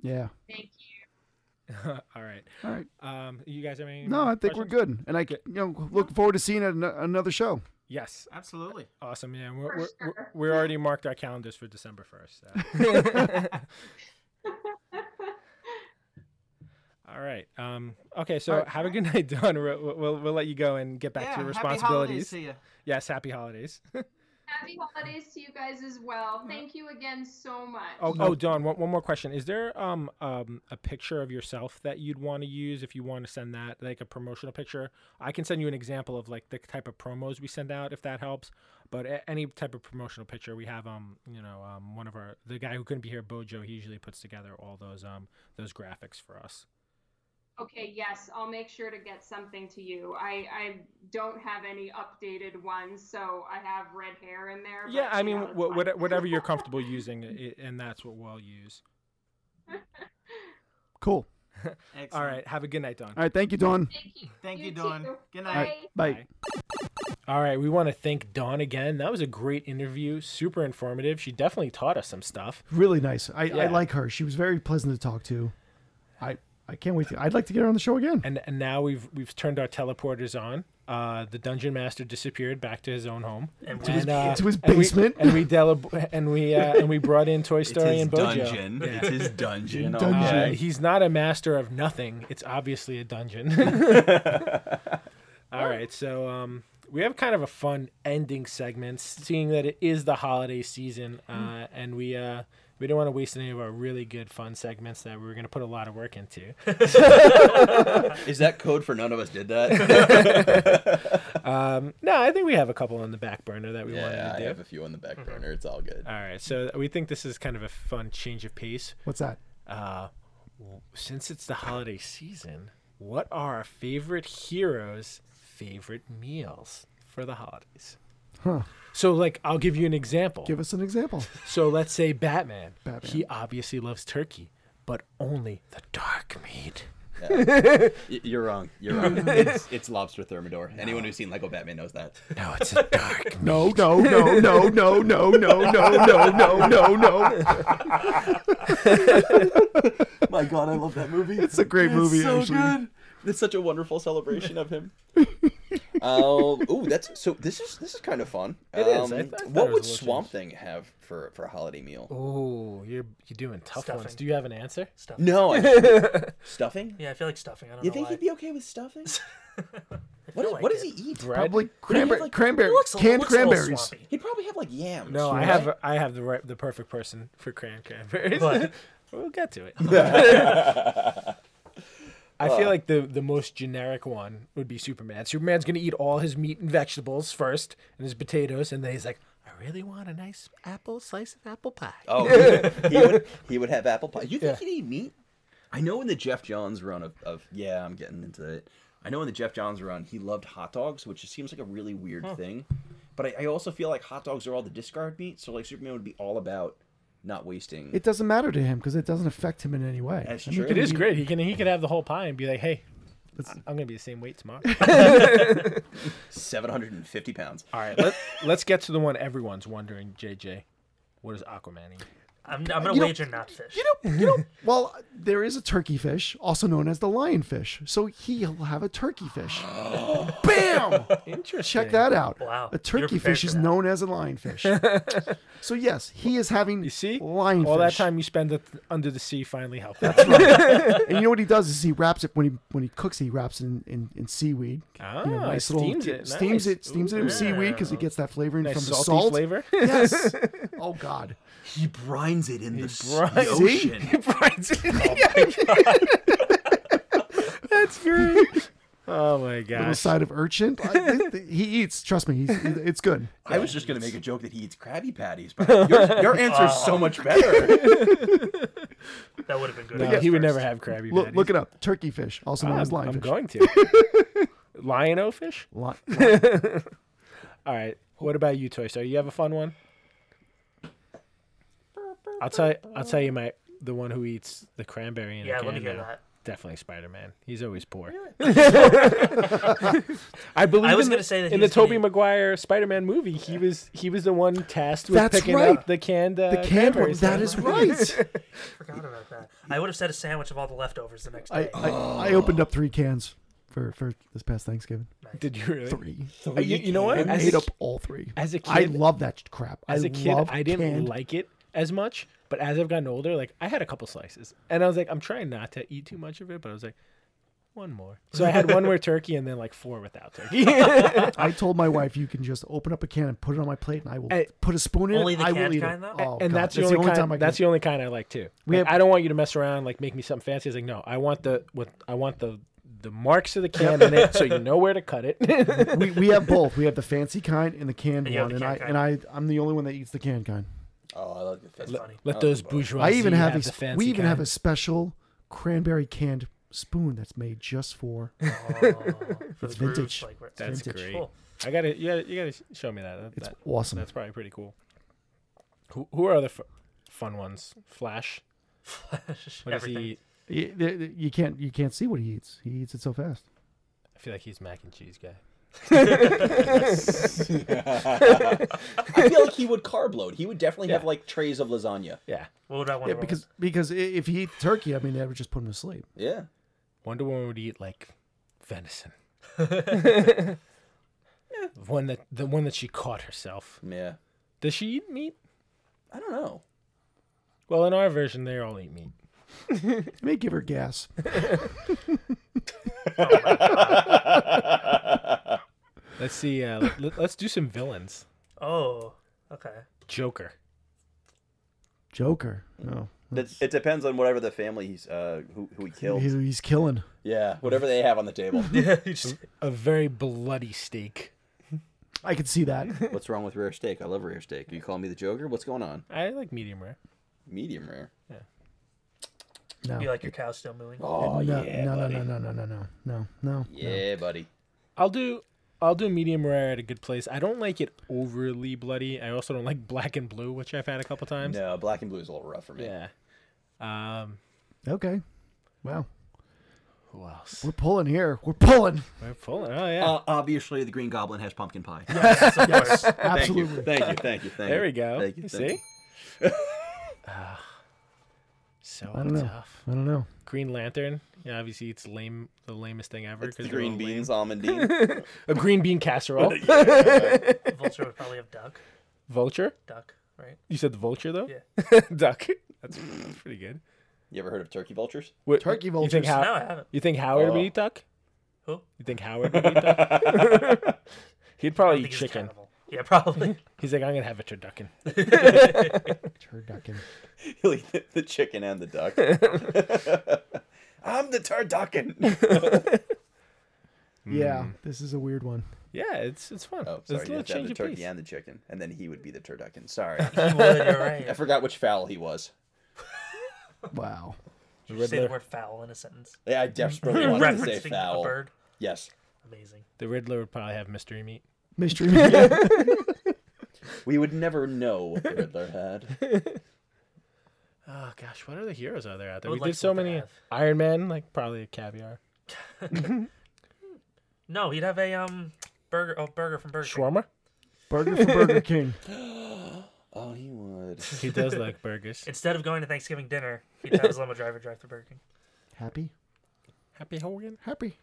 S2: Yeah.
S6: Thank you.
S1: All right.
S2: All right.
S1: Um, you guys have any?
S2: No, I think we're good, and I c- you know look forward to seeing an- another show.
S1: Yes,
S7: Absolutely.
S1: awesome. Yeah, we're,
S6: For
S1: we're,
S6: sure.
S1: we're, we already marked our calendars for December first. So. All right. Um, okay. So
S2: All right.
S1: have a good night, Don. We'll, we'll we'll let you go and get back
S7: yeah,
S1: to your
S7: happy holidays
S1: responsibilities.
S7: to you.
S1: yes. Happy holidays.
S6: Happy holidays to you guys as well. Thank you again so much.
S1: Oh, oh, Don. One, one more question. Is there um um a picture of yourself that you'd want to use if you want to send that like a promotional picture? I can send you an example of like the type of promos we send out if that helps. But a- any type of promotional picture we have um you know um one of our the guy who couldn't be here Bojo he usually puts together all those um those graphics for us.
S6: Okay, yes, I'll make sure to get something to you. I, I don't have any updated ones, so I have red hair in there. but,
S1: Yeah, I
S6: you
S1: mean
S6: know, it's
S1: wha-
S6: fine.
S1: what, whatever you're comfortable using, i and that's what we'll use.
S2: Cool.
S7: Excellent.
S1: All right. Have a good night, Don.
S2: All right. Thank you, Dawn.
S6: Thank you.
S7: Thank you,
S6: too.
S7: Dawn. Good
S2: All
S7: night.
S2: right.
S6: Bye.
S2: Bye.
S1: All right, we want to thank Dawn again. That was a great interview, super informative. She definitely taught us some stuff.
S2: Really nice. I, I
S1: Yeah.
S2: like her. She was very pleasant to talk to. I I can't wait to. I'd like to get her on the show again.
S1: and and now we've we've turned our teleporters on. Uh, the dungeon master disappeared back to his own home,
S3: And
S2: his-
S3: we,
S2: to his
S1: and we-
S2: basement.
S1: And we, dele- and we uh, and we brought in Toy Story and Bojo.
S8: dungeon. It's his dungeon.
S2: Dungeon.
S8: all
S1: Uh,
S8: right.
S1: he's not a master of nothing. It's obviously a dungeon. All right, so um, we have kind of a fun ending segment, seeing that it is the holiday season, uh,
S4: Mm-hmm.
S1: and we uh, we didn't want to waste any of our really good fun segments that we were going to put a lot of work into.
S4: uh, Is that code for none of us did that?
S1: Um, no, I think we have a couple on the back burner that we
S4: yeah,
S1: wanted
S4: I
S1: to do.
S4: have a few on the back burner. It's all good.
S1: All right, so we think this is kind of a fun change of pace.
S2: What's that?
S1: Uh, w- since it's the holiday season, what are our favorite heroes' favorite meals for the holidays?
S2: Huh.
S1: So, like, I'll give you an example.
S2: Give us an example.
S1: So let's say Batman.
S2: Batman.
S1: He obviously loves turkey, but only the dark meat.
S4: Y- You're wrong. You're wrong. it's, it's lobster thermidor. Anyone who's seen Lego Batman knows that.
S1: No, it's a dark meat.
S2: No, no, no, no, no, no, no, no, no, no, no, no.
S4: My God, I love that movie.
S2: It's a great movie, actually.
S4: It's such a wonderful celebration of him. um, ooh, that's so. This is this is kind of fun. Um,
S1: It is. I th- I thought it was
S4: what
S1: a
S4: would
S1: little
S4: Swamp Thing have for for a holiday meal?
S1: Oh, you're you're doing tough ones.
S3: Stuffing.
S1: Do you have an answer?
S3: Stuffing.
S4: No, I- stuffing.
S3: Yeah, I feel like stuffing. I don't
S4: You
S3: know
S4: think
S3: why.
S4: he'd be okay with stuffing?
S3: I feel
S4: What, is-
S3: like
S4: what does
S3: it.
S4: he eat?
S1: Bread.
S2: Probably
S4: Could he have,
S2: cranberry,
S4: like-
S2: cranberry,
S3: It looks a- it
S2: canned
S3: looks a little
S2: cranberries.
S3: swampy.
S4: He'd probably have like yams.
S1: No, I
S4: right?
S1: have I have the right the perfect person for cran cranberries.
S3: What?
S1: we'll get to it. I feel like the the most generic one would be Superman. Superman's gonna eat all his meat and vegetables first, and his potatoes, and then he's like, "I really want a nice apple slice of apple pie."
S4: Oh, he would, he would he would have apple pie. You think he'd eat meat? I know in the Jeff Johns run of, of yeah, I'm getting into it. I know in the Jeff Johns run he loved hot dogs, which just seems like a really weird thing. But I, I also feel like hot dogs are all the discard meat, so like Superman would be all about not wasting.
S2: It doesn't matter to him because it doesn't affect him in any way.
S4: That's
S2: I mean,
S4: true.
S1: It is great. He can he could have the whole pie and be like, "Hey, I'm gonna be the same weight tomorrow."
S4: Seven hundred and fifty pounds.
S1: All right, let, let's get to the one everyone's wondering, JJ. What is Aquaman eat?
S3: I'm, I'm gonna
S2: You know-
S3: wager not fish.
S2: You know, you know. Well, there is a turkey fish, also known as the lionfish. So he'll have a turkey fish. Bam!
S1: Interesting.
S2: Check that out.
S3: Wow.
S2: A
S3: You're
S2: turkey
S3: prepared
S2: fish
S3: for
S2: is
S3: that.
S2: known as a lionfish. so yes, he is having
S1: You see,
S2: lionfish.
S1: all that time you spend at, under the sea finally helped. out.
S2: And you know what he does is he wraps it when he when he cooks it, he wraps it in, in, in seaweed.
S1: Ah,
S2: you
S1: steams it.
S2: Steams
S1: Nice.
S2: it. Steams it in
S1: Ooh.
S2: seaweed because it gets that flavoring
S1: Nice
S2: from the
S1: salty
S2: salt.
S1: flavor.
S2: Yes. Oh God.
S8: He brines it in the
S1: brines-
S8: ocean.
S1: Brian's- That's great. Oh my
S2: Little
S1: gosh.
S2: side of urchin. I- th- th- he eats. Trust me. He's, it's good.
S8: I was just gonna make a joke that he eats Krabby Patties, but your, your answer's
S4: Oh.
S8: so much better.
S3: That would have been good.
S1: No,
S3: if it was
S1: he would
S3: first.
S1: never have Krabby
S2: Look,
S1: Patties.
S2: look it up. Turkey fish, also known
S1: I'm,
S2: as lionfish.
S1: Ah, I'm going to. Lion-o fish?
S2: Lion-
S1: All right. What about you, Toy Story? You have a fun one? I'll tell I'll tell you my the one who eats the cranberry in a
S3: Yeah,
S1: can
S3: let me hear
S1: now.
S3: that.
S1: Definitely Spider Man. He's always poor. I believe
S3: I was
S1: in, the,
S3: gonna say that he
S1: in the
S3: was gonna
S1: Tobey
S3: eat-
S1: Maguire Spider Man movie, he was he was the one tasked with
S2: That's
S1: picking
S2: right.
S1: up the canned uh,
S2: the canned one.
S1: cranberries.
S2: That is right.
S3: Forgot about that. I would have said a sandwich of all the leftovers the next
S2: I, oh,
S3: day.
S2: I, I opened up three cans for, for this past Thanksgiving.
S1: Did you really?
S2: Three.
S1: Uh, You, you know what?
S2: I
S1: As
S2: ate
S1: a,
S2: up all three.
S1: as a
S2: I
S1: kid-
S2: love that crap.
S1: as
S2: I
S1: a kid,
S2: love
S1: I didn't
S2: canned-
S1: like it as much. But as I've gotten older, like I had a couple slices, and I was like, I'm trying not to eat too much of it, but I was like, one more. So I had one with turkey, and then like four without turkey.
S2: I told my wife, you can just open up a can and put it on my plate, and I will
S1: Hey,
S2: put a spoon in
S3: Eh, only
S2: it.
S3: the
S2: I will
S3: canned
S2: eat
S3: kind,
S2: it.
S3: though?
S2: Oh,
S1: and
S2: God.
S1: that's, the only, kind. that's the only kind I like too.
S2: We
S1: Like,
S2: have-
S1: I don't want you to mess around, like make me something fancy. It's like no, I want the what I want the the marks of the can in it, so you know where to cut it.
S2: the we, we have both. We have the fancy kind and the canned
S3: And you have
S2: one,
S3: the
S2: and I
S3: canned
S2: and I I'm the only one that eats the canned kind.
S4: Oh, I like that.
S3: That's funny.
S1: Let those bourgeois.
S2: Oh, I even have,
S1: have
S2: a
S1: the
S2: s-
S1: fancy
S2: we even have
S1: kind.
S2: a special cranberry canned spoon that's made just for.
S3: Oh, it's
S2: vintage.
S1: That's
S2: vintage.
S1: great. I gotta you gotta, you gotta sh- show me that. That-
S2: It's
S1: that-
S2: awesome.
S1: That's probably pretty cool. Who who are the f- fun ones? Flash. What does he?
S3: Everything.
S1: eat?
S2: You, th- th- you can't you can't see what he eats. He eats it so fast.
S1: I feel like he's mac and cheese guy.
S4: I feel like he would carb load. He would definitely have like trays of lasagna.
S1: Yeah.
S3: What would I want?
S2: Yeah, because because i- if he eats turkey, I mean, that would just put him to sleep.
S4: Yeah.
S1: Wonder Woman would eat like venison. One that the one that she caught herself.
S4: Yeah.
S1: Does she eat meat?
S4: I don't know.
S1: Well, in our version, they all eat meat.
S2: It may give her gas.
S1: Let's see. Uh, let, let's do some villains.
S3: Oh, okay.
S1: Joker.
S2: Joker. No.
S4: It, it depends on whatever the family he's uh, who who he killed.
S2: He's, he's killing.
S4: Yeah, whatever they have on the table.
S3: Yeah, you just
S1: A very bloody steak.
S2: I could see that.
S4: What's wrong with rare steak? I love rare steak. You call me the Joker? What's going on?
S1: I like medium rare.
S4: Medium rare.
S2: No.
S3: be like your cow still mooing.
S4: Oh
S2: no,
S4: yeah,
S2: no, no,
S4: buddy.
S2: no, no, no, no, no, no, no.
S4: Yeah, buddy.
S1: I'll do. I'll do medium rare at a good place. I don't like it overly bloody. I also don't like black and blue, which I've had a couple times.
S4: No, black and blue is a little rough for me.
S1: Yeah. Um.
S2: Okay. Wow.
S1: Who else?
S2: We're pulling here. We're pulling.
S1: We're pulling. Oh yeah.
S4: Uh, obviously, the Green Goblin has pumpkin pie.
S3: Yes, of course.
S4: Thank you,
S2: Absolutely.
S4: thank you, thank you, thank you.
S1: there we go.
S4: Thank you.
S1: See.
S4: thank you.
S1: Ah. so
S2: I don't know.
S1: tough.
S2: I don't know.
S1: Green Lantern. Yeah, obviously it's lame. The lamest thing ever.
S4: It's
S1: 'cause
S4: the
S1: they're
S4: green
S1: all lame.
S4: beans, almondine.
S1: A green bean casserole.
S3: Vulture would probably have duck.
S1: Vulture.
S3: Duck, right?
S1: You said the vulture though. Duck. That's, that's pretty good.
S4: you ever heard of turkey vultures?
S1: What,
S2: Turkey
S1: You think,
S2: vultures.
S1: How-
S3: No, I haven't.
S1: you think Howard
S4: Oh.
S1: would eat duck?
S3: Who?
S1: You think Howard would eat duck? He'd probably
S3: I
S1: eat
S3: think he's a
S1: chicken.
S3: cannibal. Yeah, probably.
S1: He's like, I'm gonna have a turducken.
S2: Turducken.
S4: He'll eat the, the chicken and the duck. I'm the turducken.
S2: Yeah. This is a weird one.
S1: Yeah, it's it's fun.
S4: Oh,
S1: it's a
S4: sorry,
S1: little
S4: you have to have
S1: change
S4: the
S1: of
S4: turkey
S1: pace.
S4: and the chicken, and then he would be the turducken. Sorry,
S3: You would, you're
S4: I
S3: right.
S4: forgot which fowl he was.
S2: Wow.
S3: You say the word foul in a sentence.
S4: Yeah, I desperately wanted to say
S3: Referencing a
S4: fowl.
S3: bird.
S4: Yes,
S3: Amazing.
S1: The Riddler would probably have mystery meat.
S2: Mystery. meat.
S4: we would never know what the Riddler had.
S1: Oh gosh, what other heroes are there out there?
S3: would
S1: We
S3: like
S1: did
S3: to
S1: so
S3: look at
S1: many.
S3: Av.
S1: Iron Man, like probably a caviar.
S3: No, he'd have a um burger. Oh, burger from Burger King.
S1: Shawarma.
S2: Burger for Burger King.
S4: Oh, he would.
S1: He does like burgers.
S3: Instead of going to Thanksgiving dinner, he'd have his limo driver drive through Burger King.
S2: Happy.
S1: Happy Hogan.
S2: Happy.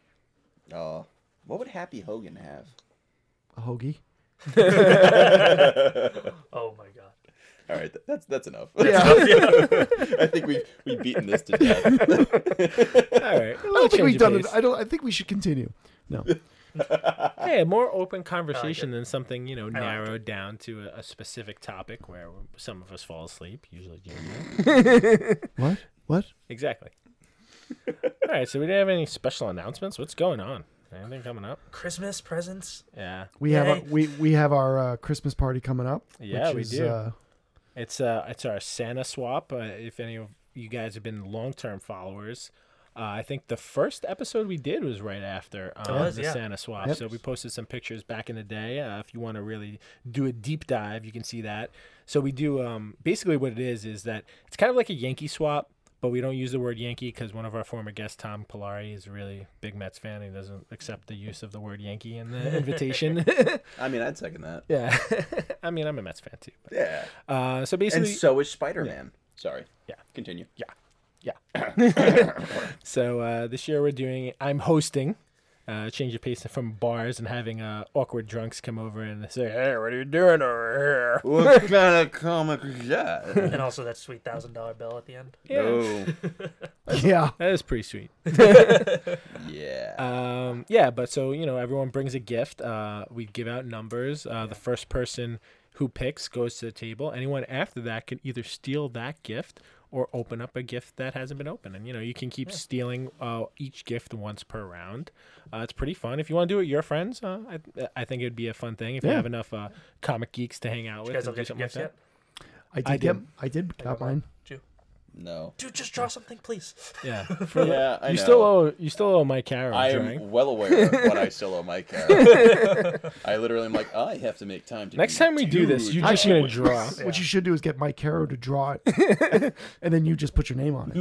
S4: Oh, what would Happy Hogan have?
S2: A hoagie.
S3: Oh my god.
S4: All right, th- that's that's enough.
S2: Yeah.
S4: I think we've we've beaten this to death.
S1: All right.
S2: I don't think we've done it. I don't. I think we should continue. No.
S1: Hey, a more open conversation than something you know narrowed down to a, a specific topic where some of us fall asleep. Usually, Jamie.
S2: What? What?
S1: exactly. All right, so we didn't have any special announcements. What's going on? Anything coming up?
S3: Christmas presents.
S1: Yeah,
S2: We have our,
S3: Yay.
S2: we we have our uh, Christmas party coming up.
S1: Yeah,
S2: which
S1: we
S2: is,
S1: do.
S2: Uh,
S1: it's uh, it's our Santa swap. Uh, if any of you guys have been long term followers, uh, I think the first episode we did was right after um,
S3: was,
S1: the
S3: yeah.
S1: Santa swap.
S2: Yep.
S1: So we posted some pictures back in the day. Uh, if you want to really do a deep dive, you can see that. So we do um, basically what it is is that it's kind of like a Yankee swap. But we don't use the word Yankee because one of our former guests, Tom Pilari, is a really big Mets fan. He doesn't accept the use of the word Yankee in the invitation.
S4: I mean, I'd second that.
S1: yeah, I mean I'm a Mets fan too. But.
S4: Yeah,
S1: Uh, so basically,
S4: and so is Spider Man. Sorry.
S1: Yeah.
S4: Continue.
S1: So uh, this year we're doing. I'm hosting. Uh, change of pace from bars and having uh, awkward drunks come over and say, "Hey, what are you doing over here?"
S4: What kind of comic is that?
S3: And also that sweet thousand dollar bill at the end.
S1: Yeah,
S2: yeah.
S1: that is pretty sweet.
S4: Yeah.
S1: Um, yeah, but so you know, everyone brings a gift. Uh, we give out numbers. Uh, The first person who picks goes to the table. Anyone after that can either steal that gift or open up a gift that hasn't been opened. And you know, you can keep stealing uh, each gift once per round. Uh, it's pretty fun. If you want to do it with your friends, uh, I, I think it'd be a fun thing if you
S2: Yeah.
S1: have enough uh, comic geeks to hang out with.
S3: You guys
S1: and
S3: don't
S1: do
S3: get your
S1: something like
S3: gifts
S1: that.
S3: yet?
S2: I did.
S1: I
S2: get,
S1: did.
S2: I did. Got mine.
S3: Jew.
S4: no.
S3: Dude, just draw something, please.
S1: Yeah, for the-
S4: Yeah, I
S1: you
S4: know.
S1: still owe you still owe Mike Carroll
S4: I
S1: a
S4: am
S1: drawing.
S4: well aware of what I still owe my character. I literally am like, I have to make time to.
S1: Next time we do this,
S4: Dude,
S1: you're just gonna draw.
S2: What you should do is get Mike Caro to draw it, and then you just put your name on it.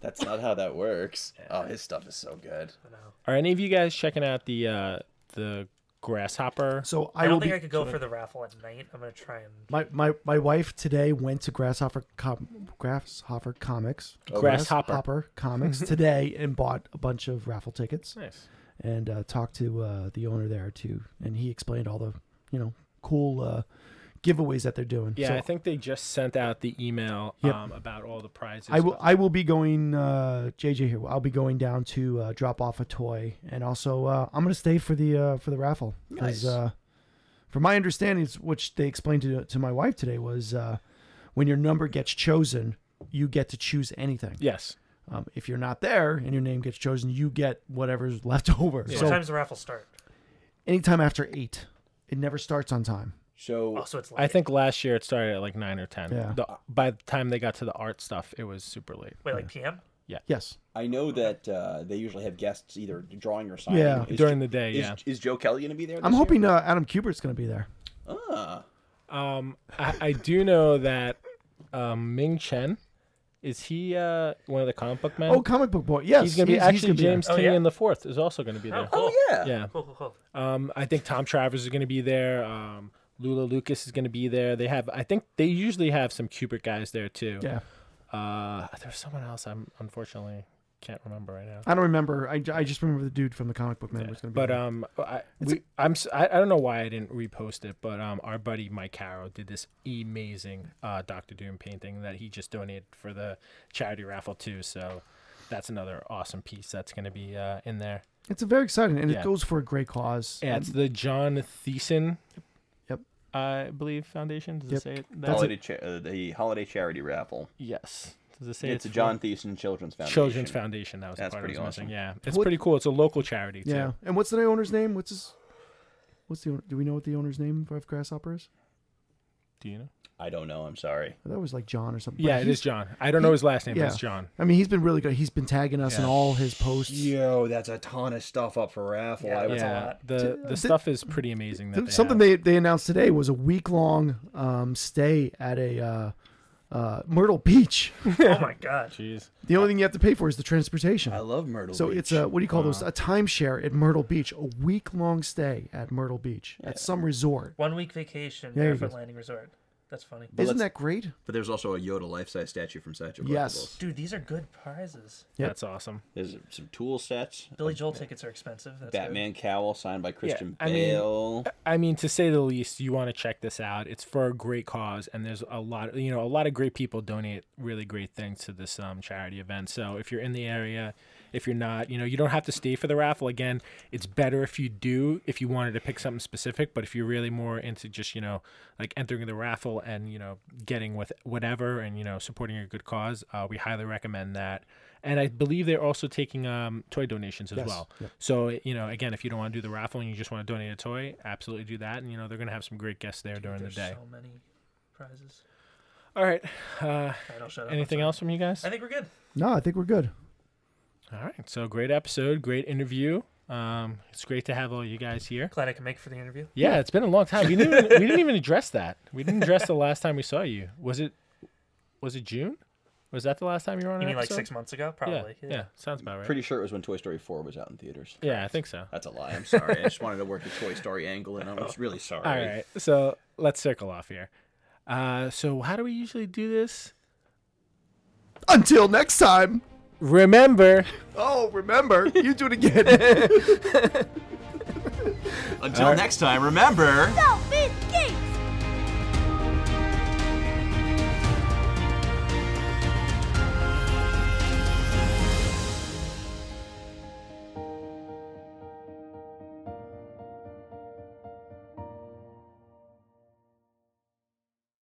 S4: That's not how that works. Oh, his stuff is so good.
S3: I know.
S1: Are any of you guys checking out the uh, the grasshopper?
S2: So I,
S3: I,
S2: will
S3: don't think
S2: be.
S3: I could go for the raffle at night. I'm gonna try and
S2: my, my my wife today went to Grasshopper Com- Grasshopper Comics.
S1: Grasshopper.
S2: Comics today and bought a bunch of raffle tickets
S1: Nice.
S2: and uh, talked to uh, the owner there too, and he explained all the you know cool uh, giveaways that they're doing.
S1: Yeah,
S2: So
S1: I think they just sent out the email
S2: Yep.
S1: um, about all the prizes.
S2: I will. I will be going. Uh, JJ here. I'll be going down to uh, drop off a toy, and also uh, I'm gonna stay for the uh, for the raffle. 'Cause,
S4: Nice.
S2: Uh, from my understanding, it's- which they explained to to my wife today, was uh, when your number gets chosen, you get to choose anything.
S1: Yes.
S2: Um, if you're not there and your name gets chosen, you get whatever's left over.
S3: So,
S2: So
S3: what time's the raffle start?
S2: anytime after eight, it never starts on time.
S4: So
S3: Oh, so it's late.
S1: I think last year it started at like nine or ten.
S2: Yeah.
S1: The, by the time they got to the art stuff, it was super late.
S3: Wait, like PM?
S2: Yes.
S4: I know that uh, they usually have guests either drawing or signing.
S2: Yeah.
S4: Is
S1: During
S4: Jo-
S1: the day,
S4: is,
S1: yeah.
S4: Is Joe Kelly going to be there?
S2: I'm
S4: this
S2: hoping uh, Adam Kubert's going to be there.
S4: Year? Ah.
S1: Um, I, I do know that um, Ming Chen is he uh, one of the comic book men?
S2: Oh, comic book boy. Yes.
S1: he's gonna be actually
S2: gonna be there.
S1: James
S3: Oh,
S1: Tynion
S3: yeah?
S1: the fourth is also gonna be
S3: Oh,
S1: there.
S3: cool.
S4: Oh yeah.
S1: Yeah.
S3: Cool, cool, cool.
S1: Um, I think Tom Travers is going to be there. Um, Lula Lucas is going to be there. They have, I think they usually have some Kubrick guys there too.
S2: Yeah.
S1: Uh, there's someone else I'm unfortunately can't remember right now.
S2: I don't remember. I, I just remember the dude from the comic book man was going to be
S1: But
S2: there.
S1: um, I we, I'm s- I, I don't know why I didn't repost it, but um, our buddy Mike Harrow did this amazing uh Doctor Doom painting that he just donated for the charity raffle too. So that's another awesome piece that's going to be uh in there.
S2: it's very exciting, and
S1: yeah.
S2: it goes for a great cause.
S1: Yeah, it's the John Thiessen.
S2: Yep.
S1: I believe foundation. Does
S2: Yep.
S1: it say it? that?
S4: Holiday cha- uh, the holiday charity raffle.
S1: Yes. Does it say it's,
S4: It's, a
S1: for-
S4: John Thiessen Children's Foundation.
S1: Children's Foundation? That was
S4: That's
S1: the part
S4: pretty
S1: I was missing.
S4: awesome.
S1: Yeah, it's
S2: What-
S1: pretty cool. It's a local charity too.
S2: yeah. And what's the owner's name? What's his? What's the? owner- Do we know what the owner's name of Grasshopper is?
S1: Do you know?
S4: I don't know. I'm sorry.
S2: That was like John or something.
S1: Yeah,
S2: But
S1: it
S2: he's-
S1: is John. I don't know his last name,
S2: yeah.
S1: but it's John.
S2: I mean, he's been really good. He's been tagging us in
S1: Yeah.
S2: all his posts.
S4: Yo, that's a ton of stuff up for raffle.
S3: Yeah,
S4: I would-
S3: that's a
S1: yeah,
S3: lot.
S1: the the
S2: Th-
S1: stuff is pretty amazing. That
S2: Th-
S1: they
S2: something
S1: have.
S2: they, they announced today was a week long um, stay at a uh, uh, Myrtle Beach.
S3: Oh my god.
S1: Jeez.
S2: The only thing you have to pay for is the transportation.
S4: I love Myrtle.
S2: so
S4: Beach.
S2: it's a what do you call those? A timeshare at Myrtle Beach, a week long stay at Myrtle Beach at some resort.
S3: One week vacation,
S2: There you
S3: Barefoot
S2: go.
S3: Landing Resort. That's funny.
S2: Isn't
S4: let's-
S2: that great?
S4: But there's also a Yoda life-size statue from Satchel.
S2: Yes.
S3: Dude, these are good prizes.
S2: Yep.
S1: That's awesome.
S4: There's some tool sets.
S3: Billy Joel tickets are expensive. That's Good.
S4: Batman cowl signed by Christian
S1: I mean-
S4: Bale.
S1: I mean, to say the least, you want to check this out. It's for a great cause, and there's a lot, you know, a lot of great people donate really great things to this um, charity event. So if you're in the area, if you're not, you know, you don't have to stay for the raffle. Again, it's better if you do, if you wanted to pick something specific. But if you're really more into just, you know, like entering the raffle and you know getting with whatever and you know supporting a good cause, uh, we highly recommend that. And I believe they're also taking um, toy donations as well. So you know, again, if you don't want to do the raffle and you just want to donate a toy, absolutely do that. And you know, they're gonna have some great guests there during the
S3: There's
S1: day.
S3: so many prizes.
S1: All right. Uh,
S3: All right, I'll shut up. I'm
S1: anything
S3: sorry.
S1: else from you guys?
S3: I think we're good.
S2: No, I think we're good.
S1: All right. So great episode, great interview. Um, it's great to have all you guys here.
S3: Glad I can make it for the interview.
S1: Yeah, it's been a long time. We didn't even, we didn't even address that. We didn't address the last time we saw you. Was it was it June? Was that the last time you were on?
S3: You
S1: an
S3: mean like
S1: episode?
S3: six months ago?
S1: Yeah,
S3: Probably.
S1: yeah. sounds about right.
S4: Pretty sure it was when Toy Story 4 was out in theaters.
S1: Yeah, I think so.
S4: That's a lie. I'm sorry. I just wanted to work the Toy Story angle, and I'm just really sorry.
S1: All right. So let's circle off here. Uh, so how do we usually do this?
S2: Until next time.
S1: Remember.
S2: Oh, remember, you do it again.
S8: Until next time, remember.
S9: So